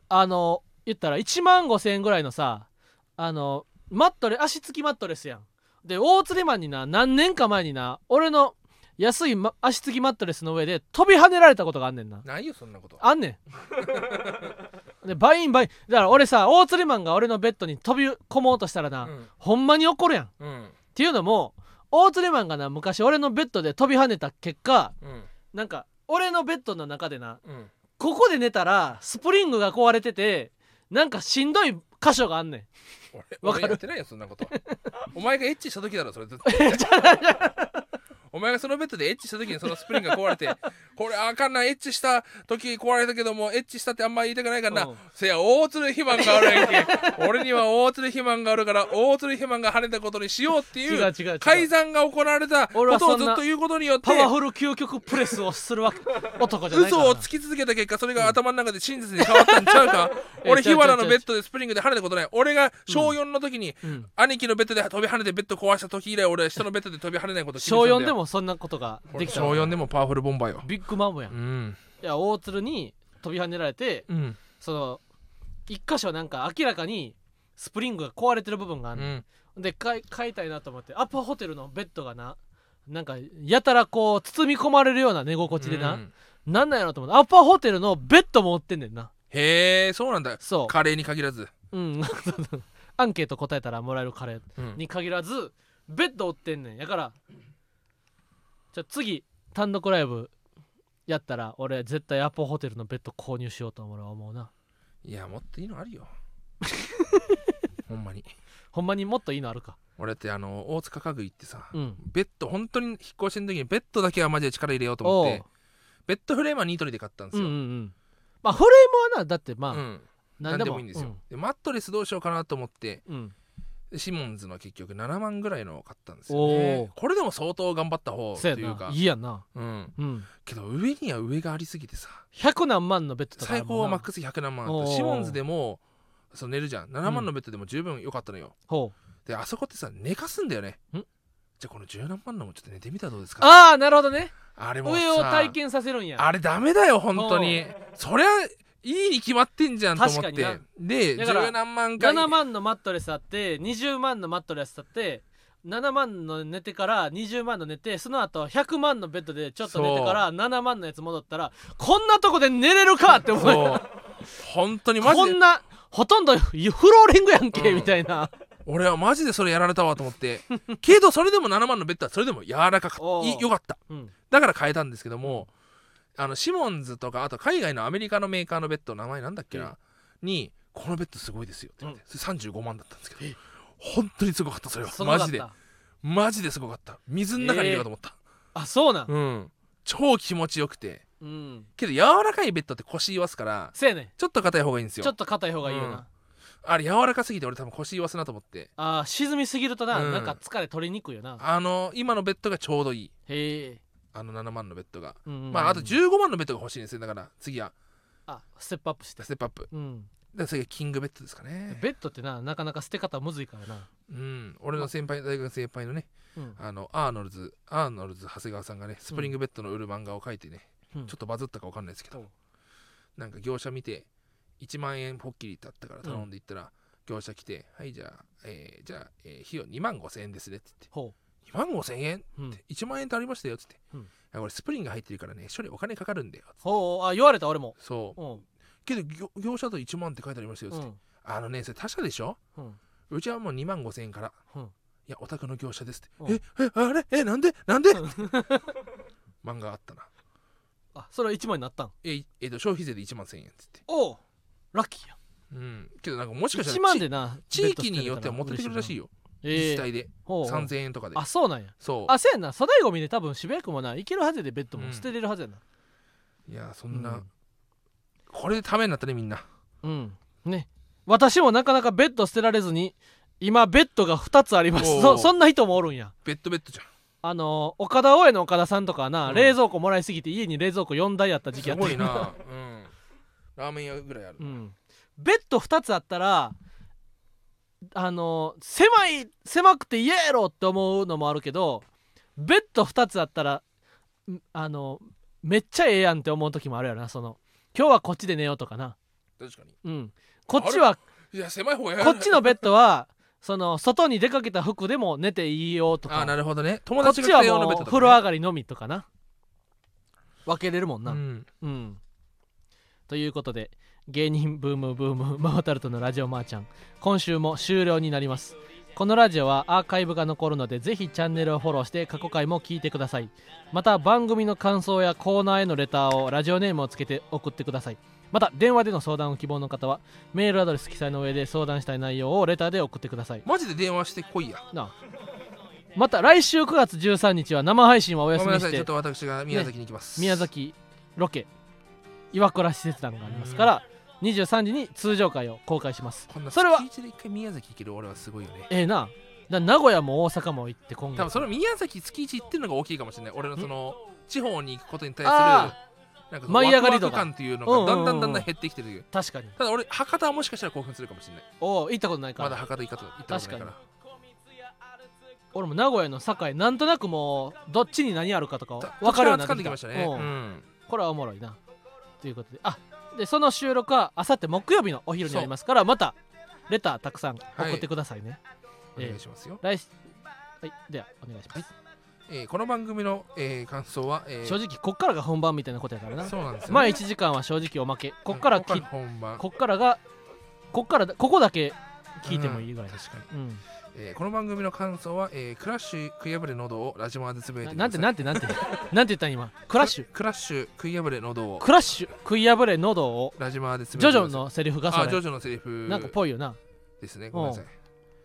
[SPEAKER 1] あの言ったら1万5千円ぐらいのさあのマットレ足つきマットレスやんで大釣りマンにな何年か前にな俺の安い、ま足つきマットレスの上で飛び跳ねられたことがあんねんな
[SPEAKER 2] ないよそんなこと
[SPEAKER 1] あんねんでバインバインだから俺さ大釣りマンが俺のベッドに飛び込もうとしたらな、
[SPEAKER 2] うん
[SPEAKER 1] ほんまに怒るやんっ
[SPEAKER 2] うん
[SPEAKER 1] ていうのも大釣りマンがな昔俺のベッドで飛び跳ねた結果
[SPEAKER 2] うん
[SPEAKER 1] なんか俺のベッドの中でな
[SPEAKER 2] うん
[SPEAKER 1] ここで寝たらスプリングが壊れててなんかしんどい箇所があんねん
[SPEAKER 2] 俺
[SPEAKER 1] わかる
[SPEAKER 2] 俺やってないよそんなことお前がエッチした時だろそれ絶対 お前がそのベッドでエッチした時にそのスプリングが壊 れてこれあかんなエッチした時壊れたけどもエッチしたってあんま言いたくないからな、
[SPEAKER 1] うん
[SPEAKER 2] せや大鶴肥満があるやんけ俺には大鶴肥満があるから大鶴肥満が跳ねたことにしようってい
[SPEAKER 1] 違う
[SPEAKER 2] う
[SPEAKER 1] 違う違う
[SPEAKER 2] 改ざんが行われたこ
[SPEAKER 1] 俺は
[SPEAKER 2] と
[SPEAKER 1] そ
[SPEAKER 2] を
[SPEAKER 1] ん
[SPEAKER 2] ず
[SPEAKER 1] な
[SPEAKER 2] っと言うことによって
[SPEAKER 1] パワフル究極プレスをする わけ男じゃないからな
[SPEAKER 2] 嘘をつき続けた結果それが頭の中で真実に変わったんちゃうか
[SPEAKER 1] え
[SPEAKER 2] 俺
[SPEAKER 1] ちゃ
[SPEAKER 2] 日
[SPEAKER 1] うちゃう
[SPEAKER 2] 原のベッドでスプリングで跳ねたことない俺が小4の時に、
[SPEAKER 1] うん
[SPEAKER 2] 兄貴のベッドで飛び跳ねてベッド壊した時以来俺は人のベッドで飛び跳ねないこと
[SPEAKER 1] 小4で
[SPEAKER 2] も
[SPEAKER 1] もそんなことができた
[SPEAKER 2] 小4でもパワフルボンバーよ
[SPEAKER 1] ビッグマムやん、
[SPEAKER 2] う
[SPEAKER 1] い
[SPEAKER 2] ん
[SPEAKER 1] や大鶴に飛び跳ねられて
[SPEAKER 2] うん
[SPEAKER 1] その一箇所なんか明らかにスプリングが壊れてる部分があ
[SPEAKER 2] うん
[SPEAKER 1] ねん
[SPEAKER 2] ん
[SPEAKER 1] で買い買いたいなと思ってアパホテルのベッドがななんかやたらこう包み込まれるような寝心地でな、なんなんやろと思ってアパホテルのベッドも売ってんねんな
[SPEAKER 2] へえそうなんだ
[SPEAKER 1] そう
[SPEAKER 2] カレーに限らず
[SPEAKER 1] うん、アンケート答えたらもらえるカレー
[SPEAKER 2] うん
[SPEAKER 1] に限らずベッド売ってんねんやからじゃあ次単独ライブやったら俺絶対アポホテルのベッド購入しようと俺は思うない
[SPEAKER 2] やもっといいのあるよほんまに
[SPEAKER 1] ほんまにもっといいのあるか
[SPEAKER 2] 俺ってあの大塚家具行ってさ
[SPEAKER 1] うん
[SPEAKER 2] ベッド本当に引っ越しの時にベッドだけはマジで力入れようと思
[SPEAKER 1] お
[SPEAKER 2] って
[SPEAKER 1] う
[SPEAKER 2] ベッドフレームはニートリで買ったんです
[SPEAKER 1] うんう
[SPEAKER 2] よ
[SPEAKER 1] んうんまあフレームはなだってまあ、
[SPEAKER 2] うん
[SPEAKER 1] 何
[SPEAKER 2] 何
[SPEAKER 1] で
[SPEAKER 2] で
[SPEAKER 1] も
[SPEAKER 2] もいいんですよでマットレスどうしようかなと思って
[SPEAKER 1] うん
[SPEAKER 2] シモンズの結局7万ぐらいのを買ったんですよ
[SPEAKER 1] お
[SPEAKER 2] ね
[SPEAKER 1] お
[SPEAKER 2] これでも相当頑張った方と
[SPEAKER 1] せや
[SPEAKER 2] いう
[SPEAKER 1] な
[SPEAKER 2] か
[SPEAKER 1] いいやんな
[SPEAKER 2] うん
[SPEAKER 1] うん
[SPEAKER 2] けど上には上がありすぎてさ
[SPEAKER 1] 100何万のベッドとかあ
[SPEAKER 2] 最
[SPEAKER 1] るも
[SPEAKER 2] 高は
[SPEAKER 1] ん
[SPEAKER 2] マ
[SPEAKER 1] な
[SPEAKER 2] ックス100何万あ
[SPEAKER 1] お
[SPEAKER 2] っ
[SPEAKER 1] うおう
[SPEAKER 2] たシモンズでもそう寝るじゃん7万のベッドでも十分良かったのよ、
[SPEAKER 1] ほう
[SPEAKER 2] であそこってさ寝かすんだよね
[SPEAKER 1] ん
[SPEAKER 2] じゃあこの10何万のもちょっと寝てみたらどうですかあ
[SPEAKER 1] ああなるほどね
[SPEAKER 2] れもさ
[SPEAKER 1] 上を体験させるんや
[SPEAKER 2] あれダメだよ本当にそりゃいいに決まってんじゃんと思っ
[SPEAKER 1] 確か
[SPEAKER 2] て
[SPEAKER 1] に
[SPEAKER 2] で
[SPEAKER 1] だから
[SPEAKER 2] 10何万回
[SPEAKER 1] 7万のマットレスあって20万のマットレスあって7万の寝てから20万の寝てその後100万のベッドでちょっと寝てから7万のやつ戻ったらこんなとこで寝れるかって思う
[SPEAKER 2] そう本当にマジ
[SPEAKER 1] こ
[SPEAKER 2] で
[SPEAKER 1] んなほとんどフローリングやんけ、
[SPEAKER 2] うん
[SPEAKER 1] みたいな
[SPEAKER 2] 俺はマジでそれやられたわと思って けどそれでも7万のベッドはそれでも柔らかか
[SPEAKER 1] お
[SPEAKER 2] っ
[SPEAKER 1] う
[SPEAKER 2] いよかった
[SPEAKER 1] うん
[SPEAKER 2] だから変えたんですけどもあのシモンズとかあと海外のアメリカのメーカーのベッド名前なんだっけな、にこのベッドすごいですよって言って、それ35万だったんですけど本当にすごかったそれは
[SPEAKER 1] すごかった
[SPEAKER 2] マジでマジですごかった水の中にいるかと思った、
[SPEAKER 1] あそうなん
[SPEAKER 2] うん超気持ちよくて
[SPEAKER 1] うん
[SPEAKER 2] けど柔らかいベッドって腰言わすから
[SPEAKER 1] せやね
[SPEAKER 2] ちょっと硬い方がいいんです
[SPEAKER 1] ちょ
[SPEAKER 2] よ
[SPEAKER 1] っと硬い方がいいよな、
[SPEAKER 2] うんあれ柔らかすぎて俺多分腰言わすなと思って
[SPEAKER 1] あー沈みすぎるとな、
[SPEAKER 2] うん
[SPEAKER 1] なんか疲れ取りにくいよな
[SPEAKER 2] あの今のベッドがちょうどいい
[SPEAKER 1] へえ、
[SPEAKER 2] あの7万のベッドが、
[SPEAKER 1] うんうん
[SPEAKER 2] まああと15万のベッドが欲しいんですよだから次は
[SPEAKER 1] あステップアップして
[SPEAKER 2] ステップアップ
[SPEAKER 1] うん
[SPEAKER 2] で次はキングベッドですかね
[SPEAKER 1] ベッドってななかなか捨て方むずいからな、
[SPEAKER 2] うん俺の先輩大学の先輩のね
[SPEAKER 1] うん、
[SPEAKER 2] あのアーノルズアーノルズ長谷川さんがねスプリングベッドの売る漫画を書いてね、
[SPEAKER 1] うん
[SPEAKER 2] ちょっとバズったか分かんないですけど、
[SPEAKER 1] うん
[SPEAKER 2] なんか業者見て1万円ポッキリだったから頼んでいったら、業者来て「はいじゃあ、えーじゃあ、えー費用2万5千円ですね」って言
[SPEAKER 1] ほ
[SPEAKER 2] って「2万5千円?」
[SPEAKER 1] う、うん
[SPEAKER 2] って1万円足りましたよ」っつって、
[SPEAKER 1] うん
[SPEAKER 2] あこれスプリンが入ってるからね処理お金かかるんだよ」
[SPEAKER 1] ほうあ言われた俺も
[SPEAKER 2] そう
[SPEAKER 1] うん
[SPEAKER 2] けど業業者だと1万って書いてありましたよっ
[SPEAKER 1] う
[SPEAKER 2] つって、
[SPEAKER 1] ん
[SPEAKER 2] あのねそれ他社でしょ
[SPEAKER 1] うん
[SPEAKER 2] うちはもう2万5千円から
[SPEAKER 1] うん
[SPEAKER 2] いやお宅の業者ですっ
[SPEAKER 1] う
[SPEAKER 2] て
[SPEAKER 1] ん
[SPEAKER 2] ええあれえなんでなんで
[SPEAKER 1] うん
[SPEAKER 2] 漫画あったな
[SPEAKER 1] あそれは1枚になったん
[SPEAKER 2] えいえっと消費税で1万1000円っつって
[SPEAKER 1] おうラッキーや
[SPEAKER 2] うんけどなんかもしかしたら
[SPEAKER 1] 1万でな
[SPEAKER 2] ち地域によっては持ってくるらしい
[SPEAKER 1] よ
[SPEAKER 2] よ自
[SPEAKER 1] え
[SPEAKER 2] 治
[SPEAKER 1] え
[SPEAKER 2] 体で
[SPEAKER 1] ほうほう
[SPEAKER 2] 3000円とかで
[SPEAKER 1] あそうなんや
[SPEAKER 2] そ
[SPEAKER 1] あせやな粗大ゴミで多分渋谷区もな行けるはずやでベッド
[SPEAKER 2] う
[SPEAKER 1] も
[SPEAKER 2] ん
[SPEAKER 1] 捨てれるはずやな
[SPEAKER 2] ういやそん
[SPEAKER 1] う
[SPEAKER 2] なんこれでためになったねみんな
[SPEAKER 1] うんね私もなかなかベッド捨てられずに今ベッドが2つあります
[SPEAKER 2] おう
[SPEAKER 1] そそんな人もおるんや
[SPEAKER 2] ベッドベッドじゃん
[SPEAKER 1] あのー岡田大江の岡田さんとかはな、
[SPEAKER 2] うん
[SPEAKER 1] 冷蔵庫もらいすぎて家に冷蔵庫4台あった時期
[SPEAKER 2] す
[SPEAKER 1] あった
[SPEAKER 2] ごいなうんラーメン屋ぐらいある
[SPEAKER 1] うん、ベッド2つあったらあのー狭い狭くて嫌やろって思うのもあるけどベッド2つあったらんあのーめっちゃええやんって思う時もあるやろなその今日はこっちで寝ようとかな
[SPEAKER 2] 確かに
[SPEAKER 1] うんこっちはい
[SPEAKER 2] や狭い方が
[SPEAKER 1] こっちのベッドはその外に出かけた服でも寝ていいよと
[SPEAKER 2] あ
[SPEAKER 1] か
[SPEAKER 2] なるほどね友
[SPEAKER 1] こっ
[SPEAKER 2] 達
[SPEAKER 1] ち
[SPEAKER 2] が
[SPEAKER 1] は
[SPEAKER 2] 来た用のベ
[SPEAKER 1] も
[SPEAKER 2] ッド
[SPEAKER 1] う
[SPEAKER 2] と
[SPEAKER 1] 風
[SPEAKER 2] か
[SPEAKER 1] 呂
[SPEAKER 2] ね
[SPEAKER 1] 上がりのみとかな分けれるもんな、
[SPEAKER 2] うん
[SPEAKER 1] うん。ということで、芸人ブームブームママタルトのラジオマーちゃん、今週も終了になります。このラジオはアーカイブが残るので、ぜひチャンネルをフォローして過去回も聞いてください。また、番組の感想やコーナーへのレターをラジオネームをつけて送ってください。また、電話での相談を希望の方は、メールアドレス記載の上で相談したい内容をレターで送ってください。
[SPEAKER 2] マジで電話してこいや
[SPEAKER 1] なあまた、来週9月13日は生配信はお
[SPEAKER 2] ご
[SPEAKER 1] 休
[SPEAKER 2] め
[SPEAKER 1] み
[SPEAKER 2] んなさ
[SPEAKER 1] し、
[SPEAKER 2] いちょってと私が宮崎に行きます
[SPEAKER 1] 宮崎ロケ岩倉使節団がありますから23時に通常回を公開します
[SPEAKER 2] こんな
[SPEAKER 1] それは
[SPEAKER 2] 月一で一回宮崎行ける俺はすごいよね
[SPEAKER 1] ええなだ名古屋も大阪も行って今
[SPEAKER 2] 多分
[SPEAKER 1] 月
[SPEAKER 2] その宮崎月一行ってるのが大きいかもしれない俺のその地方に行くことに対する
[SPEAKER 1] あ
[SPEAKER 2] なんか
[SPEAKER 1] 舞い上がり
[SPEAKER 2] と
[SPEAKER 1] とか
[SPEAKER 2] 感っていうの
[SPEAKER 1] うんうんうん
[SPEAKER 2] がだんだんだんだん減ってきてる
[SPEAKER 1] 確かに
[SPEAKER 2] ただ俺博多はもしかしたら興奮するかもしれない
[SPEAKER 1] おお行ったことないか
[SPEAKER 2] ま
[SPEAKER 1] ら、
[SPEAKER 2] だ博多行かと行ったことないから
[SPEAKER 1] 俺も名古屋の堺なんとなくもうどっちに何あるかとか
[SPEAKER 2] た
[SPEAKER 1] 分かるようになっ
[SPEAKER 2] 土地勘は掴ん
[SPEAKER 1] てき
[SPEAKER 2] でき
[SPEAKER 1] た
[SPEAKER 2] ましたね
[SPEAKER 1] うん
[SPEAKER 2] うん
[SPEAKER 1] これはおもろいなということであでその収録はあさって木曜日のお昼にありますからまたレターたくさん送ってくださいね、
[SPEAKER 2] お
[SPEAKER 1] え
[SPEAKER 2] 願いしますよ
[SPEAKER 1] 来しはいではお願いします、
[SPEAKER 2] えーこの番組のえー感想はえー
[SPEAKER 1] 正直こっからが本番みたいなことやからな
[SPEAKER 2] そうなんですよね
[SPEAKER 1] 前1時間は正直おまけこっから
[SPEAKER 2] こ
[SPEAKER 1] き
[SPEAKER 2] 本番
[SPEAKER 1] こっからがこっからだここだけ聞いてもいいぐらい
[SPEAKER 2] うん確かに
[SPEAKER 1] うん
[SPEAKER 2] えーこの番組の感想はえークラッシュ食い破れ喉をラジマーでつぶやい
[SPEAKER 1] な
[SPEAKER 2] て
[SPEAKER 1] なんてなんてなんてなんて言ったん今ク
[SPEAKER 2] ク
[SPEAKER 1] ラッシュ
[SPEAKER 2] クラッシュ食い破れ喉を
[SPEAKER 1] クラッシュ食い破れ喉を
[SPEAKER 2] ラジマーでつぶ
[SPEAKER 1] ジ
[SPEAKER 2] や
[SPEAKER 1] ョ
[SPEAKER 2] いて
[SPEAKER 1] ジ
[SPEAKER 2] く
[SPEAKER 1] ョ
[SPEAKER 2] ださい
[SPEAKER 1] のセリフがそ
[SPEAKER 2] あジョ
[SPEAKER 1] れ
[SPEAKER 2] ジョのセリフ
[SPEAKER 1] なんかぽいよな
[SPEAKER 2] ですねごめんなさい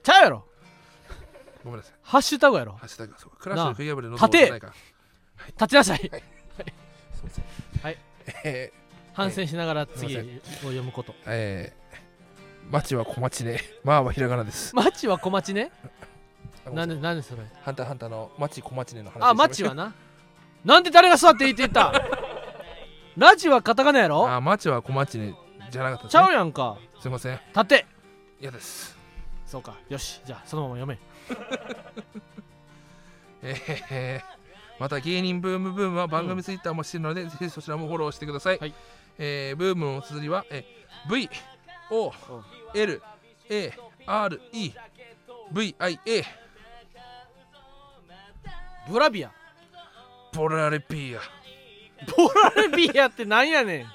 [SPEAKER 1] ちゃうやろ
[SPEAKER 2] ごめんなさい
[SPEAKER 1] ハッシュタグやろ
[SPEAKER 2] ハッシュタグそうかクラッシュ食い破れの
[SPEAKER 1] 立て
[SPEAKER 2] じゃないか
[SPEAKER 1] 立ちなさい
[SPEAKER 2] すいません
[SPEAKER 1] はい
[SPEAKER 2] えー
[SPEAKER 1] 反省しながら次
[SPEAKER 2] す
[SPEAKER 1] を
[SPEAKER 2] いま
[SPEAKER 1] 読むこと
[SPEAKER 2] えー町は小町ね。まあはひらがなです。
[SPEAKER 1] マチは小町ねなん
[SPEAKER 2] で
[SPEAKER 1] でなんでそれ
[SPEAKER 2] ハンターハンターの町小町ねの話
[SPEAKER 1] あマチはななんで誰が座っていいって言ったラジはカタカナやろ
[SPEAKER 2] あ、町は小町ねじゃなかったで
[SPEAKER 1] ち
[SPEAKER 2] す、
[SPEAKER 1] ゃう
[SPEAKER 2] ね。
[SPEAKER 1] やんか
[SPEAKER 2] すいません。
[SPEAKER 1] 立て
[SPEAKER 2] 嫌です。
[SPEAKER 1] そうかよしじゃあそのまま読め
[SPEAKER 2] えへへ。また芸人ブームブームは番組ツイッターもしているので、ぜひそちらもフォローしてください。
[SPEAKER 1] はい
[SPEAKER 2] えーブームの綴りは、え V、O、L、A、R、E、V、I、A、
[SPEAKER 1] ブラビア
[SPEAKER 2] ボラレピア。
[SPEAKER 1] ボラレビアってなんやねん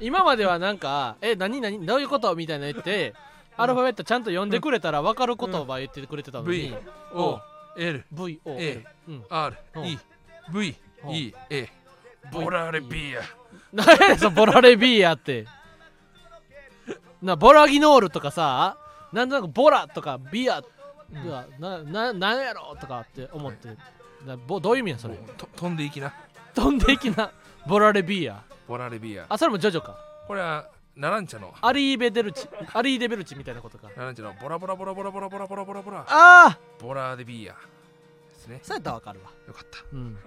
[SPEAKER 1] 今まではなんか「え何何どういうこと?」みたいなの言ってアルファベットちゃんと読んでくれたら分かる言葉言ってくれてたの
[SPEAKER 2] V
[SPEAKER 1] に、
[SPEAKER 2] O、L、
[SPEAKER 1] VO、
[SPEAKER 2] A
[SPEAKER 1] うん、
[SPEAKER 2] R、
[SPEAKER 1] うん
[SPEAKER 2] E、V、E、A。ボラレピア。
[SPEAKER 1] 何やねんそのボラレビアってなボラギノールとかさなんとなくボラとかビアが、なななんやろとかって思って、なぼどういう意味やそれ
[SPEAKER 2] と飛んでいきな。
[SPEAKER 1] 飛んでいきなボラレビア
[SPEAKER 2] ボラレビア。
[SPEAKER 1] あそれもジョジョか
[SPEAKER 2] これは、ナランチャの。
[SPEAKER 1] アリーベデルチ、アリーデベルチみたいなことか。
[SPEAKER 2] ナランチャのボラボラボラボラボラボラボラボラボラ。
[SPEAKER 1] ああ、
[SPEAKER 2] ボラレビア。ですね。
[SPEAKER 1] そうやったらわかるわ。
[SPEAKER 2] よかった。
[SPEAKER 1] うん。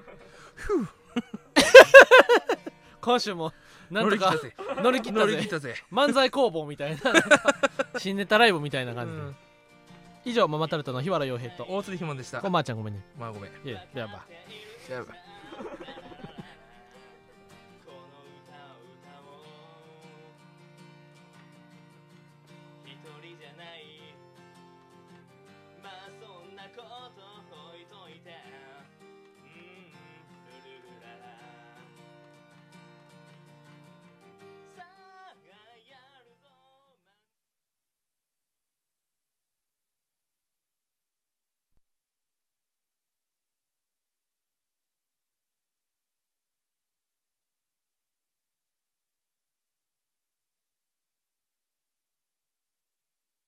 [SPEAKER 1] 今週も、なん
[SPEAKER 2] 乗
[SPEAKER 1] と
[SPEAKER 2] り切っ
[SPEAKER 1] か
[SPEAKER 2] たぜ。
[SPEAKER 1] 乗り切っ
[SPEAKER 2] 乗
[SPEAKER 1] た
[SPEAKER 2] り切っ
[SPEAKER 1] ぜ。
[SPEAKER 2] たぜ。
[SPEAKER 1] 漫才工房みたいな、新ネタライブみたいな感じ
[SPEAKER 2] うん
[SPEAKER 1] で。以上、ママタルトの日原洋平と。
[SPEAKER 2] 大鶴ひまんでした
[SPEAKER 1] お。まーちゃんごめんね。
[SPEAKER 2] まあごめん。
[SPEAKER 1] いや、やばい。
[SPEAKER 2] じゃあ
[SPEAKER 4] この歌を歌おう一人じゃないまあそんなこと置いといて